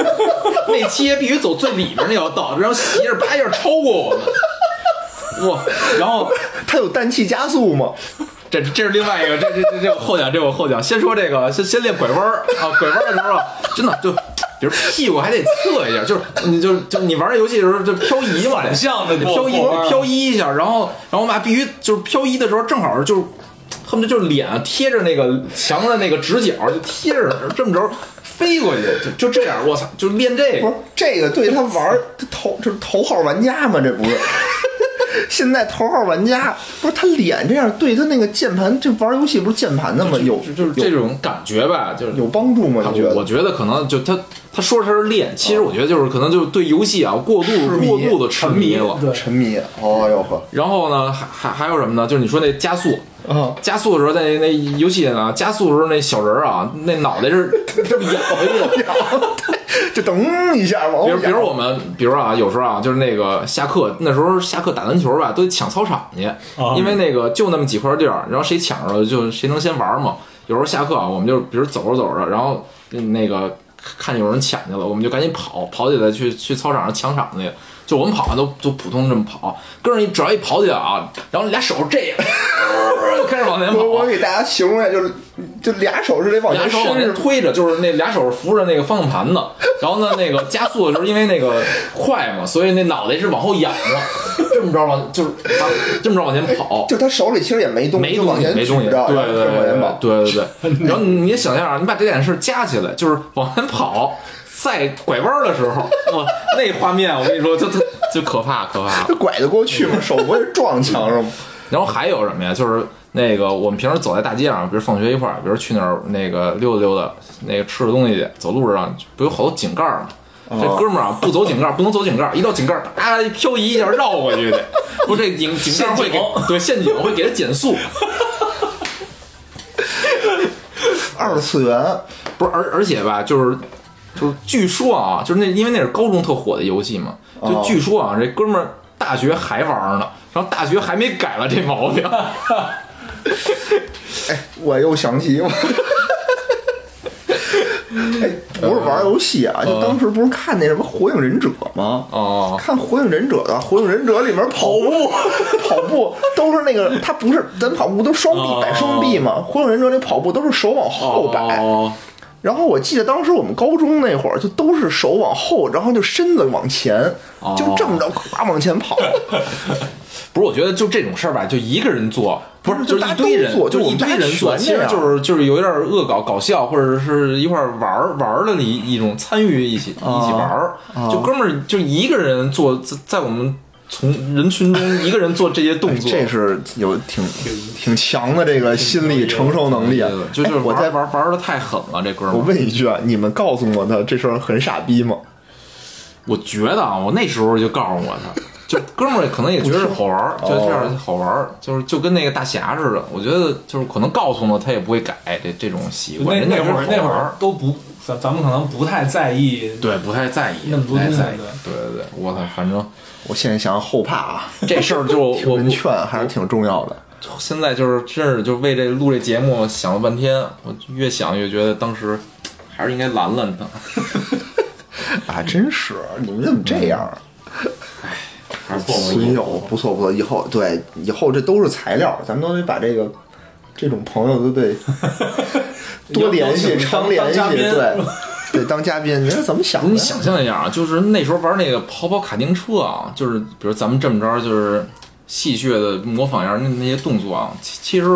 Speaker 2: 内切必须走最里边那条道，然后斜着叭一下超过我们，哇！然后
Speaker 1: 它有氮气加速吗？
Speaker 2: 这这是另外一个，这这这这我后讲，这我后讲。先说这个，先先练拐弯儿啊，拐弯儿的时候啊，真的就，比如屁股还得侧一下，就是你就就你玩这游戏的时候就漂移嘛，这
Speaker 3: 向的过
Speaker 2: 漂移
Speaker 3: 过弯儿
Speaker 2: 漂移一下，然后然后嘛必须就是漂移的时候正好就是。恨不得就是脸啊贴着那个墙的那个直角，就贴着这么着飞过去，就就这样，我操，就练这
Speaker 1: 不
Speaker 2: 个
Speaker 1: 是，这个对他玩儿这头这是头号玩家吗？这不 是。现在头号玩家不是他脸这样对他那个键盘，这玩游戏不是键盘的吗？有
Speaker 2: 就就是这种感觉吧，就是
Speaker 1: 有帮助吗？
Speaker 2: 他
Speaker 1: 你觉
Speaker 2: 我
Speaker 1: 得？哦
Speaker 2: 觉得可能就他他说他是练，其实我觉得就是可能就是对游戏啊过度
Speaker 1: 痴迷
Speaker 2: 过度的痴迷了。
Speaker 3: 对，
Speaker 1: 沉迷哦哟呵，
Speaker 2: 然后呢，还还还有什么呢？就是你说那加速，
Speaker 1: 啊，
Speaker 2: 加速的时候在那那游戏呢，加速的时候那小人儿啊，那脑袋是这么仰回去的。
Speaker 1: 就噔一下往后
Speaker 2: 比如比如
Speaker 1: 仰
Speaker 2: 我们，比如啊，有时候啊，就是那个下课那时候下课打篮球啊吧，都得抢操场去，因为那个就那么几块地儿，然后谁抢着了就谁能先玩嘛。有时候下课啊，我们就比如走着走着，然后嗯那个看见有人抢去了，我们就赶紧跑，跑起来去去操场上抢场去。就我们跑完啊都都普通这么跑，跟着一只要一跑起来啊，然后俩手这样 开始往前跑，
Speaker 1: 我我给大家形容一下，就是就俩手是得往
Speaker 2: 哦俩
Speaker 1: 前
Speaker 2: 手哦往
Speaker 1: 伸
Speaker 2: 前
Speaker 1: 着，
Speaker 2: 推着，就是那俩手扶着那个方向盘的，然后呢，那个加速的时候，因为那个快嘛，所以那脑袋是往后仰着，这么着往就是往这么着往前跑，
Speaker 1: 就他手里其实也没东西，
Speaker 2: 没
Speaker 1: 就
Speaker 2: 东
Speaker 1: 往
Speaker 2: 西
Speaker 1: 前，
Speaker 2: 没东西，
Speaker 1: 举
Speaker 2: 对
Speaker 1: 着，
Speaker 2: 对
Speaker 1: 然后
Speaker 2: 对
Speaker 1: 就往前跑。
Speaker 2: 对对对 对。然后你也想象啊，你把这件事加起来，就是往前跑，在拐弯的时候，哇，那画面我跟你说，就就就可怕可怕。
Speaker 1: 这拐得过去吗？手不会撞墙上吗？
Speaker 2: 然后还有什么呀？就是那个我们平时走在大街上，比如放学一块儿，比如去那儿那个溜达溜达，那个吃的东西去，走路上不有好多井盖儿吗？这哥们儿啊，不走井盖儿，不能走井盖儿，一到井盖儿，啪漂移一下绕过去的，不是这井井盖儿会给对陷阱会给他减速，
Speaker 1: 二次元，
Speaker 2: 不是而而且吧，就是就是据说啊，就是那因为那是高中特火的游戏嘛，就
Speaker 1: 哦
Speaker 2: 据说啊，这哥们儿大学还玩儿呢，然后大学还没改了这毛 病。
Speaker 1: 哎，我又想起我。 哎，不是玩游戏啊，就当时不是看那什么《火影忍者》吗？
Speaker 2: 哦
Speaker 1: 看《火影忍者》的，《火影忍者》里面跑步， 跑步都是那个，他不是咱跑步都双
Speaker 2: 哦
Speaker 1: 臂摆双臂嘛，《火影忍者》里跑步都是手往后摆，
Speaker 2: 哦
Speaker 1: 然后我记得当时我们高中那会儿，就都是手往后，然后就身子往前，
Speaker 2: 哦
Speaker 1: 就这么着呱往前 跑。
Speaker 2: 不是，我觉得就这种事儿吧，就一个人做，不是
Speaker 1: 不是
Speaker 2: 就是
Speaker 1: 大
Speaker 2: 一
Speaker 1: 家
Speaker 2: 堆
Speaker 1: 都
Speaker 2: 人，
Speaker 1: 做就
Speaker 2: 就
Speaker 1: 是我
Speaker 2: 一
Speaker 1: 们
Speaker 2: 堆
Speaker 1: 大家
Speaker 2: 人做，
Speaker 1: 全
Speaker 2: 其实
Speaker 1: 这样
Speaker 2: 就是就是有点恶搞搞笑，或者是一块儿玩儿玩儿的一一种参与一起、一起玩儿，就哥们儿就一个人做，在在我们从人群中一个人做这些动作，
Speaker 1: 哎这是有挺挺强的这个心理承受能力啊
Speaker 2: 对。就
Speaker 1: 哎
Speaker 2: 是
Speaker 1: 我
Speaker 2: 玩
Speaker 1: 在
Speaker 2: 儿玩儿玩的太狠了，这哥们
Speaker 1: 我
Speaker 2: 儿。
Speaker 1: 问一句啊，你们告诉我他这事儿很傻逼吗？
Speaker 2: 我觉得啊，我那时候就告诉我 他，就哥们儿可能也觉得好玩儿，就这样好玩
Speaker 3: 哦
Speaker 2: 儿，就是就跟那个大侠似的。我觉得就是可能告诉了他也不会改这这种习惯。
Speaker 3: 那
Speaker 2: 人家
Speaker 3: 那会
Speaker 2: 觉
Speaker 3: 儿
Speaker 2: 得
Speaker 3: 那
Speaker 2: 好
Speaker 3: 会
Speaker 2: 玩
Speaker 3: 儿都不，咱咱们可能不太在意，
Speaker 2: 对，不太在意，
Speaker 3: 那么多
Speaker 2: 不太
Speaker 3: 东西
Speaker 2: 在意。对对对，我操，反正
Speaker 1: 我现在想想后怕啊，
Speaker 2: 这事儿就我
Speaker 1: 听人
Speaker 2: 我
Speaker 1: 劝还是 挺重要的。
Speaker 2: 现在就是真是就为这录这节目想了半天，我越想越觉得当时还是应该拦拦他。
Speaker 1: 啊，真是你们怎么这样啊？
Speaker 2: 还是不好
Speaker 1: 损
Speaker 2: 意思
Speaker 1: 友不错不错，以后对以后这都是材料，咱们都得把这个这种朋友都 得多联
Speaker 3: 邀
Speaker 1: 系、
Speaker 3: 请
Speaker 1: 常
Speaker 3: 当
Speaker 1: 联系，
Speaker 3: 当嘉宾
Speaker 1: 对对，当嘉宾，你说怎么想的？
Speaker 2: 你想象一下啊，就是那时候玩那个跑跑卡丁车啊，就是比如咱们这么着，就是戏谑的模仿一下那那些动作啊，其其实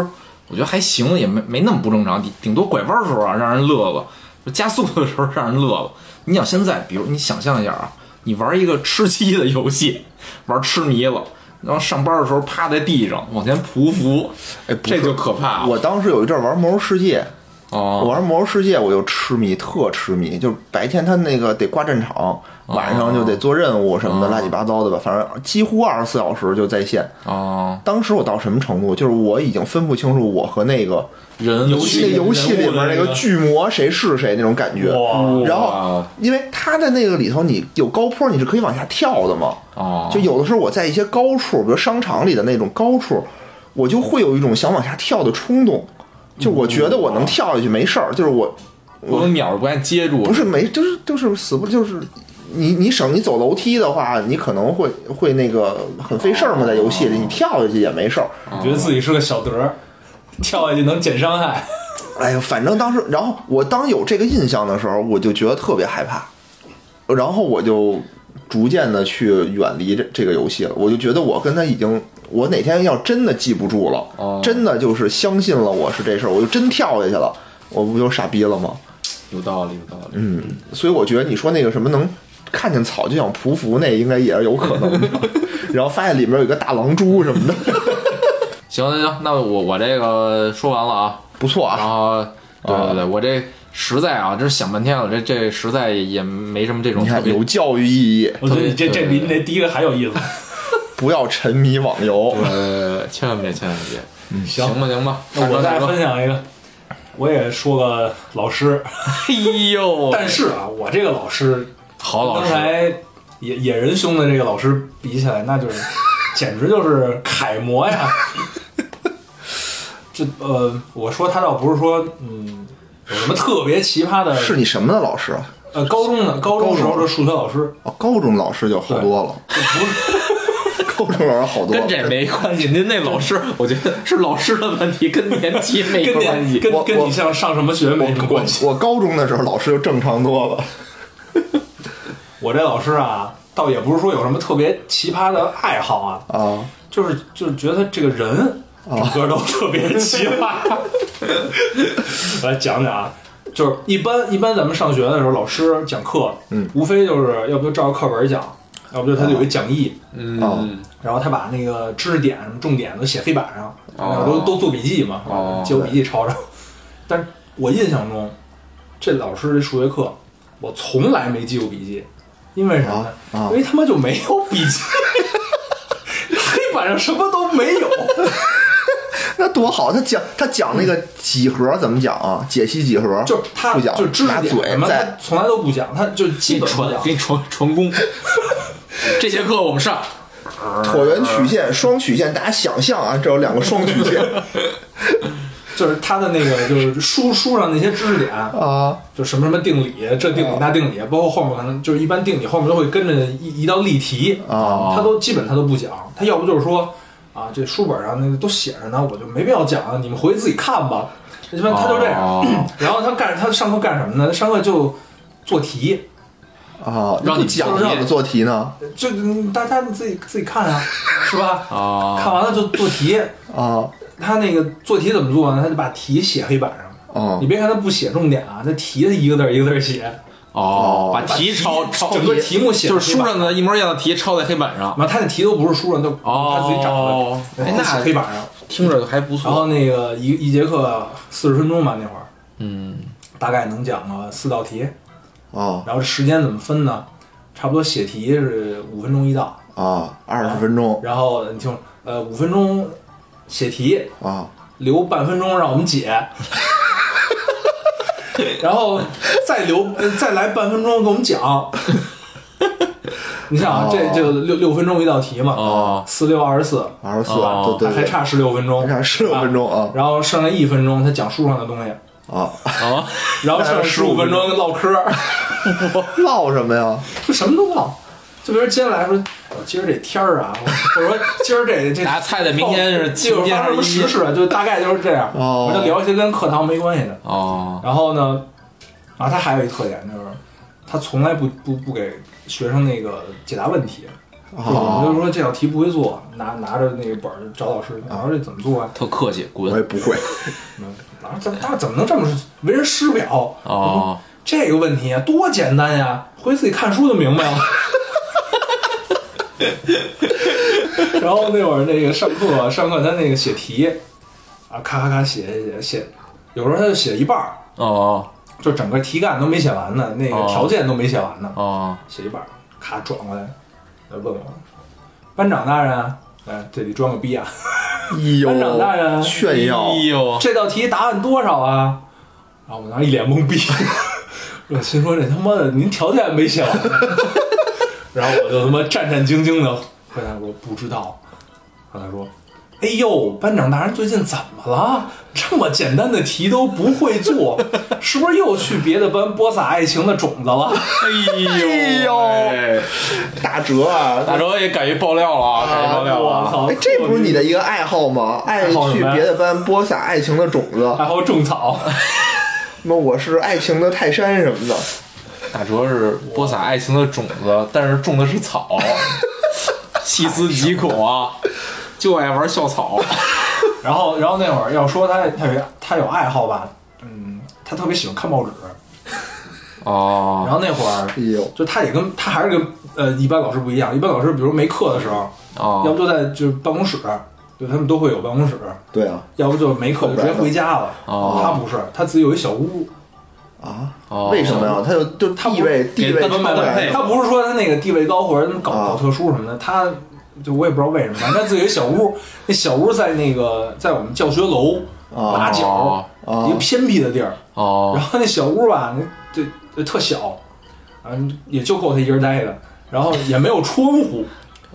Speaker 2: 我觉得还行，也没没那么不正常，顶顶多拐弯的时候啊让人乐了，就加速的时候让人乐了。你想现在，比如你想象一下啊，你玩一个吃鸡的游戏，玩痴迷了。然后上班的时候趴在地上往前匍匐，
Speaker 1: 哎不是
Speaker 2: 这就可怕了。
Speaker 1: 我当时有一阵儿玩《魔兽世界》，我
Speaker 3: 啊
Speaker 2: 哦，
Speaker 1: 玩《魔兽世界》我就痴迷，特痴迷，就是白天他那个得挂战场，晚上就得做任务什么
Speaker 3: 啊
Speaker 1: 的，乱七八糟的吧，反正几乎二十四小时就在线。
Speaker 2: 哦，
Speaker 1: 当时我到什么程度？就是我已经分不清楚我和那个
Speaker 2: 人
Speaker 3: 游
Speaker 1: 那
Speaker 3: 戏
Speaker 1: 游戏里面那
Speaker 3: 人物的那
Speaker 1: 个
Speaker 3: 个
Speaker 1: 巨魔谁是谁那种感觉。
Speaker 3: 哇
Speaker 1: 然后
Speaker 2: 哇，
Speaker 1: 因为它的那个里头，你有高坡，你是可以往下跳的嘛。
Speaker 2: 哦，
Speaker 1: 就有的时候我在一些高处，比如商场里的那种高处，我就会有一种想往下跳的冲动。就我觉得我能跳下去没事儿，就是我
Speaker 2: 我有鸟儿不爱接住，
Speaker 1: 不是没，就是就是死不就是你你省你走楼梯的话，你可能会会那个很费事儿嘛，在游戏里你跳下去也没事儿。
Speaker 3: 觉得自己是个小德儿，跳下去能减伤害。
Speaker 1: 哎呀，反正当时，然后我当有这个印象的时候，我就觉得特别害怕，然后我就逐渐的去远离这这个游戏了。我就觉得我跟他已经，我哪天要真的记不住了，
Speaker 2: 哦
Speaker 1: 真的就是相信了我是这事儿，我就真跳下去了，我不就傻逼了吗？
Speaker 2: 有道理，有道理。
Speaker 1: 嗯，所以我觉得你说那个什么能看见草就想匍匐，那应该也是有可能 的。然后发现里面有一个大狼蛛什么的，
Speaker 2: 行行行，那我我这个说完了啊，
Speaker 1: 不错
Speaker 2: 然
Speaker 1: 啊。
Speaker 2: 后对对对，我这实在啊，这想半天了，这这实在也没什么这种
Speaker 1: 你
Speaker 2: 特
Speaker 1: 看
Speaker 2: 别
Speaker 1: 有教育意义，
Speaker 3: 我觉得你这这比你那第一个还有意思。
Speaker 1: 不要沉迷网游。
Speaker 2: 呃，千万别千万
Speaker 1: 嗯
Speaker 2: 别，行吧行吧，
Speaker 3: 那我再
Speaker 2: 大哥
Speaker 3: 分享一个，我也说个老师，
Speaker 2: 哎呦，
Speaker 3: 但是啊，我这个老师
Speaker 2: 好老
Speaker 3: 刚
Speaker 2: 师，
Speaker 3: 才野野人兄的这个老师 比起来，那就是简直就是楷模呀！这呃，我说他倒不是说嗯有什么特别奇葩的，
Speaker 1: 是你什么的老师啊？
Speaker 3: 呃高中的高中时候的数学老师，
Speaker 1: 哦，高中老师就好多了，
Speaker 3: 就不是
Speaker 1: 高中老师好多了。
Speaker 4: 跟这没关系。您那老师，我觉得是老师的问题，跟年级没
Speaker 3: 跟
Speaker 4: 关
Speaker 3: 你
Speaker 4: 系。
Speaker 3: 跟
Speaker 1: 我
Speaker 3: 跟
Speaker 1: 我
Speaker 3: 你上上什么学没什么关系。
Speaker 1: 我高中的时候老师就正常多了。
Speaker 3: 我这老师啊，倒也不是说有什么特别奇葩的爱好啊，
Speaker 1: 啊，
Speaker 3: 就是就是觉得这个人整个都特别奇葩。 我来讲讲啊，就是一般一般咱们上学的时候，老师讲课，嗯，无非就是要不就照着课本讲，要不就他就有一讲义，
Speaker 1: 嗯，
Speaker 3: 然后他把那个知识点什么重点都写黑板上，
Speaker 1: 哦
Speaker 3: 然后都都做笔记嘛，
Speaker 4: 哦
Speaker 3: 借我笔记抄抄。但是我印象中，这老师这数学课，我从来没记过笔记，因为什么呢？
Speaker 1: 啊啊
Speaker 3: 因为他妈就没有笔记， 黑板上什么都 没有。
Speaker 1: 那多好！他讲他讲那个几何怎么讲啊？解析几何，
Speaker 3: 就是他
Speaker 1: 不讲，
Speaker 3: 就知识
Speaker 1: 拿
Speaker 3: 点什
Speaker 1: 嘴
Speaker 3: 么，他
Speaker 1: 在
Speaker 3: 从来都不讲，他就
Speaker 4: 给
Speaker 3: 基
Speaker 4: 你
Speaker 3: 本不
Speaker 4: 传
Speaker 3: 讲，。
Speaker 4: 给你传传功。这节课我们上，
Speaker 1: 椭圆曲线、双曲线，大家想象啊，这有两个双曲线
Speaker 3: 就是他的那个就是书书上那些知识点，
Speaker 1: 啊，
Speaker 3: 就什么什么定理，这定
Speaker 4: 哦
Speaker 3: 理那定理，包括后面可能就是一般定理后面都会跟着一一道例题
Speaker 1: 啊
Speaker 4: 哦
Speaker 3: 他都基本他都不讲，他要不就是说啊，这书本上那都写着呢，我就没必要讲了，你们回去自己看吧。一般他就这样，
Speaker 4: 哦
Speaker 3: 然后他干他上课干什么呢？他上课就做题，
Speaker 1: 啊，
Speaker 4: 让你
Speaker 1: 不讲
Speaker 4: 做
Speaker 1: 让你做题呢
Speaker 3: 就嗯大家自己自己看 啊，是吧？
Speaker 4: 哦
Speaker 3: 看完了就做题，
Speaker 1: 啊
Speaker 3: 他那个做题怎么做呢？他就把题写黑板上。
Speaker 1: 哦
Speaker 3: 你别看他不写重点啊，那题他一个字儿一个字儿写，
Speaker 4: 哦，把题抄抄，
Speaker 3: 整个题目写
Speaker 4: 就是书上的一模一样的题抄在黑板上，
Speaker 3: 妈，啊他那题都不是书上，都
Speaker 4: 哦
Speaker 3: 他自己找的，
Speaker 4: 哎
Speaker 3: 然后写
Speaker 4: 那
Speaker 3: 黑板上。
Speaker 4: 听着还
Speaker 2: 哦
Speaker 4: 不
Speaker 3: 然后
Speaker 4: 错。
Speaker 3: 那个一一节课四十分钟吧，那会儿，嗯，大概能讲个四道题。
Speaker 1: 啊
Speaker 3: 然后时间怎么分呢？差不多写题是五分钟一道，
Speaker 1: 啊，二十分钟
Speaker 3: 然后你听，呃，五分钟写题，
Speaker 1: 啊
Speaker 3: 留半分钟让我们解， 然后再留呃再来半分钟给我们讲。 你想啊，这就六六分钟一道题嘛，
Speaker 4: 哦
Speaker 3: 四六二十四，
Speaker 1: 二十四，
Speaker 4: 哦
Speaker 1: 对对
Speaker 3: 还
Speaker 1: 对，
Speaker 3: 差十六分钟，
Speaker 1: 还差16分钟啊
Speaker 3: 然后剩下一分钟他讲书上的东西，
Speaker 1: 啊，
Speaker 4: 哦，
Speaker 3: 然后剩下十五分钟唠嗑儿，
Speaker 1: 唠什么呀？
Speaker 3: 就什么都唠。就比如接下来说，我今儿这天儿啊，或者说今儿这这
Speaker 4: 拿菜的明天是
Speaker 3: 哦就
Speaker 4: 今
Speaker 3: 是
Speaker 4: 天
Speaker 3: 发生什么
Speaker 4: 是
Speaker 3: 时事，就大概就是这样。
Speaker 1: 哦
Speaker 3: 我就聊一些跟课堂没关系的。
Speaker 4: 哦
Speaker 3: 然后呢，啊，他还有一特点就是，他从来不不不给学生那个解答问题。就是我
Speaker 1: 哦
Speaker 3: 们就是说这道题不会做，拿拿着那个本儿找老师，老师这怎么做啊？
Speaker 4: 特客气，
Speaker 1: 我也
Speaker 4: 滚
Speaker 1: 不会
Speaker 3: 老师啊怎么他怎么能这么为人师表？
Speaker 4: 哦。
Speaker 3: 这个问题啊，多简单呀，回去自己看书就明白了。 然后那会儿那个上课上课他那个写题啊，咔咔咔写写写写，有时候他就写一半儿，
Speaker 4: 哦
Speaker 3: 就整个题干都没写完呢，那个
Speaker 4: 哦
Speaker 3: 条件都没写完呢，
Speaker 4: 哦
Speaker 3: 写一半儿，咔转过来，来问我，班长大人啊，哎，这里装个逼啊，
Speaker 1: 哎呦
Speaker 3: 班长大人
Speaker 1: 炫耀
Speaker 4: 哎呦，
Speaker 3: 这道题答案多少啊？然后我当时一脸 懵逼，我心说这他妈的您条件没写完呢。 然后我就他妈战战兢兢的回答说不知道。然后他说：“哎呦，班长大人最近怎么了？这么简单的题都不会做， 是不是又去别的班播撒爱情的种子了？”
Speaker 4: 哎呦，
Speaker 1: 哎打折啊！
Speaker 4: 大哲也敢于爆料了啊，敢于爆料
Speaker 3: 我
Speaker 4: 了啊。
Speaker 3: 操
Speaker 1: 哎，！这不是你的一个爱好吗？爱
Speaker 3: 爱好什
Speaker 1: 去
Speaker 3: 么呀啊
Speaker 1: 别的班播撒爱情的种子。
Speaker 3: 还有种草，
Speaker 1: 那我是爱情的泰山什么的。
Speaker 4: 大哲是播撒爱情的种子，但是种的是草，细思极恐啊，就爱玩校草。
Speaker 3: 然后，然后那会儿要说他他有他有爱好吧，嗯，他特别喜欢看报纸。
Speaker 4: 哦
Speaker 3: 然后那会儿
Speaker 1: 哎呦，
Speaker 3: 就他也跟他还是跟呃一般老师不一样，一般老师比如没课的时候，要不
Speaker 4: 哦
Speaker 3: 就在就是办公室，对他们都会有办公室，
Speaker 1: 对啊，
Speaker 3: 要不就没课就直接回家了。
Speaker 4: 哦
Speaker 3: 他不是，他自己有一小屋，
Speaker 1: 啊，
Speaker 4: 哦，
Speaker 1: 为什么呀？他就就
Speaker 3: 他不
Speaker 1: 地位地
Speaker 4: 给
Speaker 1: 位
Speaker 4: 他们
Speaker 1: 超
Speaker 4: 买了配
Speaker 1: 然
Speaker 4: 哎
Speaker 3: 他不是说他那个地位高或者怎么搞
Speaker 1: 啊
Speaker 3: 搞特殊什么的，他就我也不知道为什么，反正他自己有一小屋，那小屋在那个在我们教学楼
Speaker 1: 哦
Speaker 3: 八角
Speaker 1: 哦
Speaker 3: 一个偏僻的地儿，
Speaker 4: 哦
Speaker 3: 然后那小屋吧，那就就特小，啊，也就够他一人待的，然后也没有窗户。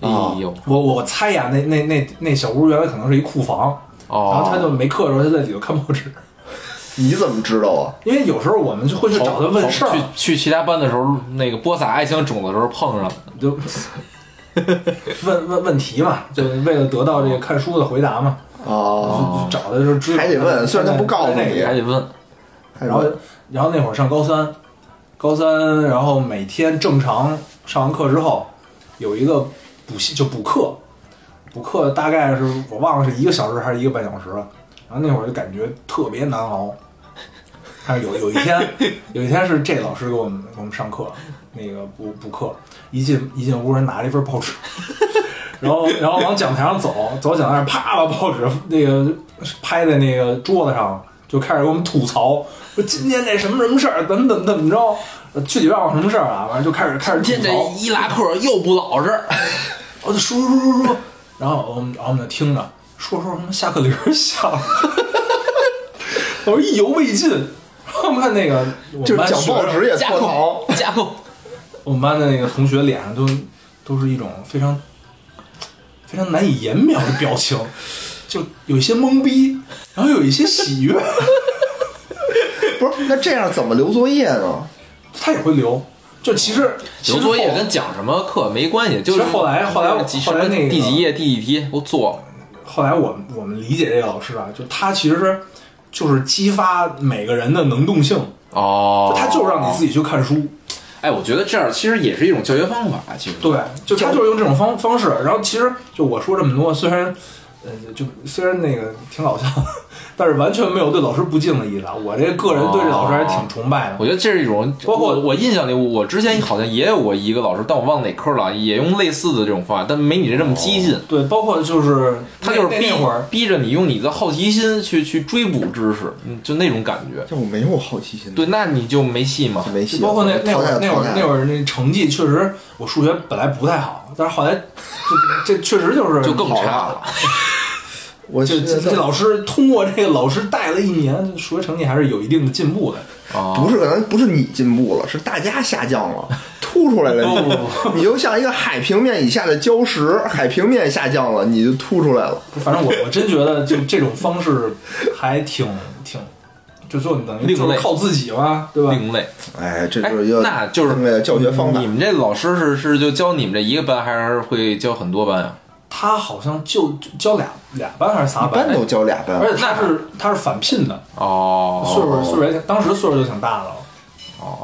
Speaker 4: 哎呦，
Speaker 3: 啊我我我猜呀、那那那那小屋原来可能是一库房，
Speaker 2: 哦
Speaker 3: 然后他就没课的时候，他在里头看报纸，
Speaker 1: 你怎么知道啊？
Speaker 3: 因为有时候我们就会去找他问事儿，
Speaker 2: 去去其他班的时候，那个播撒爱情种子的时候碰上，
Speaker 3: 就问问问题嘛，就为了得到这个看书的回答嘛，
Speaker 1: 哦，
Speaker 3: 就找的就是知道
Speaker 1: 还得问虽然他不告诉你哎
Speaker 3: 在哪个
Speaker 2: 还得问。
Speaker 1: 然
Speaker 3: 哎然后然后那会儿上高三，高三然后每天正常上完课之后，有一个补习就补课，补课大概是我忘了是一个小时还是一个半小时了，然后那会儿就感觉特别难熬。但是有有一天，有一天是这老师给我们给我们上课，那个补补课，一进一进屋，人拿了一份报纸， 然后然后往讲台上走，走讲台上啪把报纸那个拍在那个桌子上，就开始给我们吐槽，说今天这什么什么事儿，怎么怎么怎么着，呃具体忘了什么事儿啊，完了就开始开始
Speaker 2: 今
Speaker 3: 吐
Speaker 2: 天这
Speaker 3: 槽，
Speaker 2: 伊拉克又不老实，
Speaker 3: 我就说说说说，然后我们然后我们就听着说说什么下课铃儿响了， 我说意犹未尽，然后我们看那个我们
Speaker 1: 就是
Speaker 3: 班
Speaker 1: 讲
Speaker 3: 学
Speaker 1: 报
Speaker 3: 生
Speaker 1: 纸也
Speaker 2: 架
Speaker 1: 脱逃
Speaker 2: 构，架构，
Speaker 3: 我们班的那个同学脸上都都是一种非常非常难以言表的表情，就有一些懵逼，然后有一些喜悦。
Speaker 1: 不是那这样怎么留作业呢？
Speaker 3: 他也会留，就其实其
Speaker 2: 留
Speaker 3: 实
Speaker 2: 作业
Speaker 3: 后
Speaker 2: 跟讲什么课没关系，就是
Speaker 3: 其实后来后来
Speaker 2: 就是几
Speaker 3: 后来
Speaker 2: 什么
Speaker 3: 那个
Speaker 2: 第几页第几题都做，
Speaker 3: 后来我们我们理解这个老师啊，就他其实就是激发每个人的能动性，
Speaker 2: 哦
Speaker 3: 他就是让你自己去看书。
Speaker 2: 哎，我觉得这样其实也是一种教学方法，啊其实
Speaker 3: 对，就他就是用这种方方式。然后其实就我说这么多，虽然呃就虽然那个挺搞笑， 但是完全没有对老师不敬的意思啊。我这个人对这老师还是挺崇拜的。
Speaker 2: 我觉得这是一种，
Speaker 3: 包括
Speaker 2: 我我印象里，我之前好像也有过一个老师，但我忘了哪科了，也用类似的这种方案，但没你这么激进。
Speaker 3: 对，包括就是
Speaker 2: 他就是
Speaker 3: 哦那
Speaker 2: 逼
Speaker 3: 那会儿，
Speaker 2: 逼着你用你的好奇心去去追捕知识，嗯就那种感觉。
Speaker 1: 这我没有好奇心，
Speaker 2: 对，那你就没戏嘛。
Speaker 1: 没戏。
Speaker 3: 包括那那
Speaker 1: 淘
Speaker 3: 会
Speaker 1: 汰
Speaker 3: 儿
Speaker 1: 了
Speaker 3: 那会
Speaker 1: 淘汰
Speaker 3: 儿
Speaker 1: 了
Speaker 3: 那会儿那成绩确实，我数学本来不太好，但是后来这这确实就是
Speaker 2: 就更
Speaker 1: 好
Speaker 2: 差
Speaker 1: 了
Speaker 2: 了，
Speaker 1: 我
Speaker 3: 就
Speaker 1: 现
Speaker 3: 这
Speaker 1: 在
Speaker 3: 这老师通过这个老师带了一年，数学成绩还是有一定的进步的。
Speaker 2: 啊哦
Speaker 1: 不是可能不是你进步了，是大家下降 了，凸出来了。你
Speaker 3: 哦
Speaker 1: 你就像一个海平面以下的礁石，海平面下降了，你就凸出来了。
Speaker 3: 不是反正我我真觉得就这种方式还挺挺，就就等于
Speaker 2: 另
Speaker 3: 就是
Speaker 2: 类
Speaker 3: 靠自己嘛，对吧？
Speaker 2: 另类。
Speaker 1: 哎，这
Speaker 2: 哎
Speaker 1: 就是一个，
Speaker 2: 那就是
Speaker 1: 另类的教学方法
Speaker 2: 你。们这老师是是就教你们这一个班，还是会教很多班啊？
Speaker 3: 他好像就就教俩俩班还是仨
Speaker 1: 一般都教俩班
Speaker 3: 而，且他是他是返聘的，岁
Speaker 2: 哦，
Speaker 3: 数岁数也挺当时岁数就挺大的了，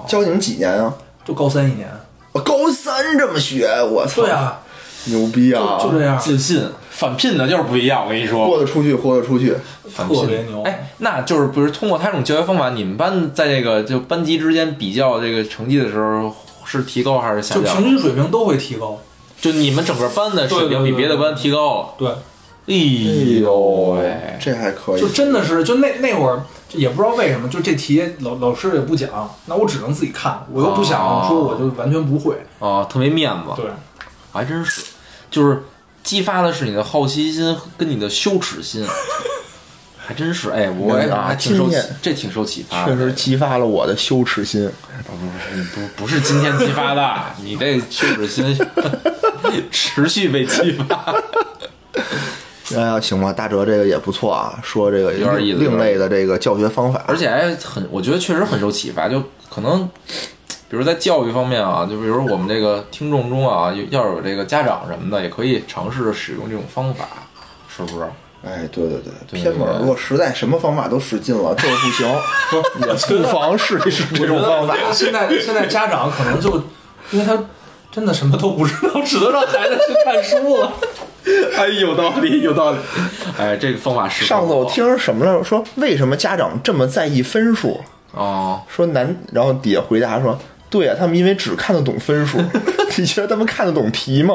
Speaker 1: 教你们几年啊？
Speaker 3: 就高三一年。
Speaker 1: 我高三这么学，我操！
Speaker 3: 对，啊，
Speaker 1: 牛逼啊！
Speaker 3: 就这样，
Speaker 2: 哦自信返聘的就是不一样，我跟你说，
Speaker 1: 豁得出去，豁得出去。
Speaker 2: 返聘
Speaker 3: 特别牛
Speaker 2: 哎，那就是不是通过他这种教学方法，你们班在这个就班级之间比较这个成绩的时候，是提高还是下
Speaker 3: 就平
Speaker 2: 降？
Speaker 3: 均水平都会提高。
Speaker 2: 就你们整个班的水
Speaker 3: 对对
Speaker 2: 平
Speaker 3: 对
Speaker 2: 比别的班提高了。
Speaker 3: 对，
Speaker 2: 哎呦喂！
Speaker 1: 这还可以，
Speaker 3: 就真的是，就那那会儿，就也不知道为什么，就这题老老师也不讲，那我只能自己看，我又不想
Speaker 2: 哦
Speaker 3: 说我就完全不会。
Speaker 2: 哦，特没面子，
Speaker 3: 对，
Speaker 2: 还真是，就是激发的是你的好奇心跟你的羞耻心，还真是。哎，我也
Speaker 1: 哎呀
Speaker 2: 还挺受
Speaker 1: 今
Speaker 2: 启
Speaker 1: 天，
Speaker 2: 这挺受启发
Speaker 1: 确
Speaker 2: 的。
Speaker 1: 实激发了我的羞耻心。
Speaker 2: 不不是今天激发的，你这羞耻心 持续被激发。
Speaker 1: 哎呀，行吧，大哲这个也不错啊，说这个
Speaker 2: 有点意思
Speaker 1: 另类的这个教学方法，
Speaker 2: 而且还很，我觉得确实很受启发。就可能，比如在教育方面啊，就比如我们这个听众中啊，有要有这个家长什么的，也可以尝试使用这种方法，是不是？
Speaker 1: 哎，对对对，
Speaker 2: 对
Speaker 1: 偏门儿。如果实在什么方法都使尽了，就是不行， 也不妨试一试这种方法
Speaker 3: 我觉。得现在现在家长可能就，因为他真的什么都不知道，只能让孩子去看书了。
Speaker 2: 哎，有道理，有道理。哎，这个方法是
Speaker 1: 上次我听什么了？说为什么家长这么在意分数？
Speaker 2: 哦，
Speaker 1: 说难，然后底下回答说，对啊，他们因为只看得懂分数，你觉得他们看得懂题吗？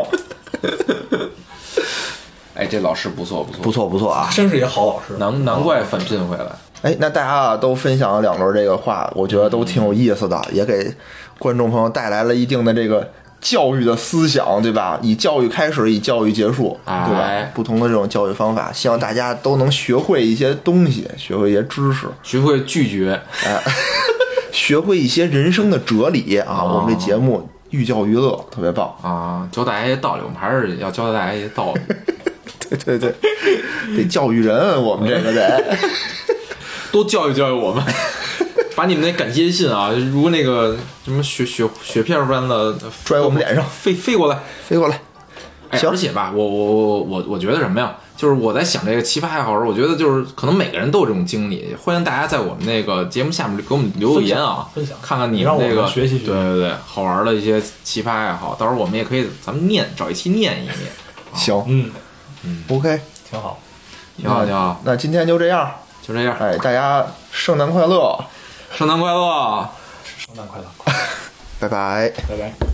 Speaker 2: 哎，这老师不错不错，
Speaker 1: 不错不错啊，
Speaker 3: 真是一个好老师，
Speaker 2: 难难怪返聘回来。
Speaker 1: 哎，那大家啊都分享了两轮这个话，我觉得都挺有意思的，也给观众朋友带来了一定的这个教育的思想，对吧？以教育开始，以教育结束，对吧？
Speaker 2: 哎
Speaker 1: 不同的这种教育方法，希望大家都能学会一些东西，学会一些知识，
Speaker 2: 学会拒绝，
Speaker 1: 学会一些人生的哲理啊！我们这节目寓教于乐，特别棒。
Speaker 2: 啊，教大家一些道理，我们还是要教大家一些道理。
Speaker 1: 对对对，得教育人，我们这个得。
Speaker 2: 多教育教育我 们，把你们那感谢信啊，如那个什么雪雪雪片般的
Speaker 1: 拽我们脸上
Speaker 2: 飞飞过来。
Speaker 1: 飞过来，
Speaker 2: 哎，
Speaker 1: 行
Speaker 2: 而且吧，我我我我我觉得什么呀？就是我在想这个奇葩爱好时，我觉得就是可能每个人都有这种经历。欢迎大家在我们那个节目下面给我们留个言啊，
Speaker 3: 分享分享
Speaker 2: 看看你
Speaker 3: 让我
Speaker 2: 那个
Speaker 3: 们学习学习
Speaker 2: 对对对，好玩的一些奇葩爱好。到时候我们也可以，咱们念找一期念一念，
Speaker 1: 行
Speaker 3: 嗯，
Speaker 1: ，OK，
Speaker 3: 挺好。嗯
Speaker 2: 挺好挺好。
Speaker 1: 那今天就这样，
Speaker 2: 就这样，
Speaker 1: 哎，大家圣诞快乐，
Speaker 2: 圣诞快乐！
Speaker 3: 圣诞快乐，
Speaker 1: 拜拜。
Speaker 3: 拜拜。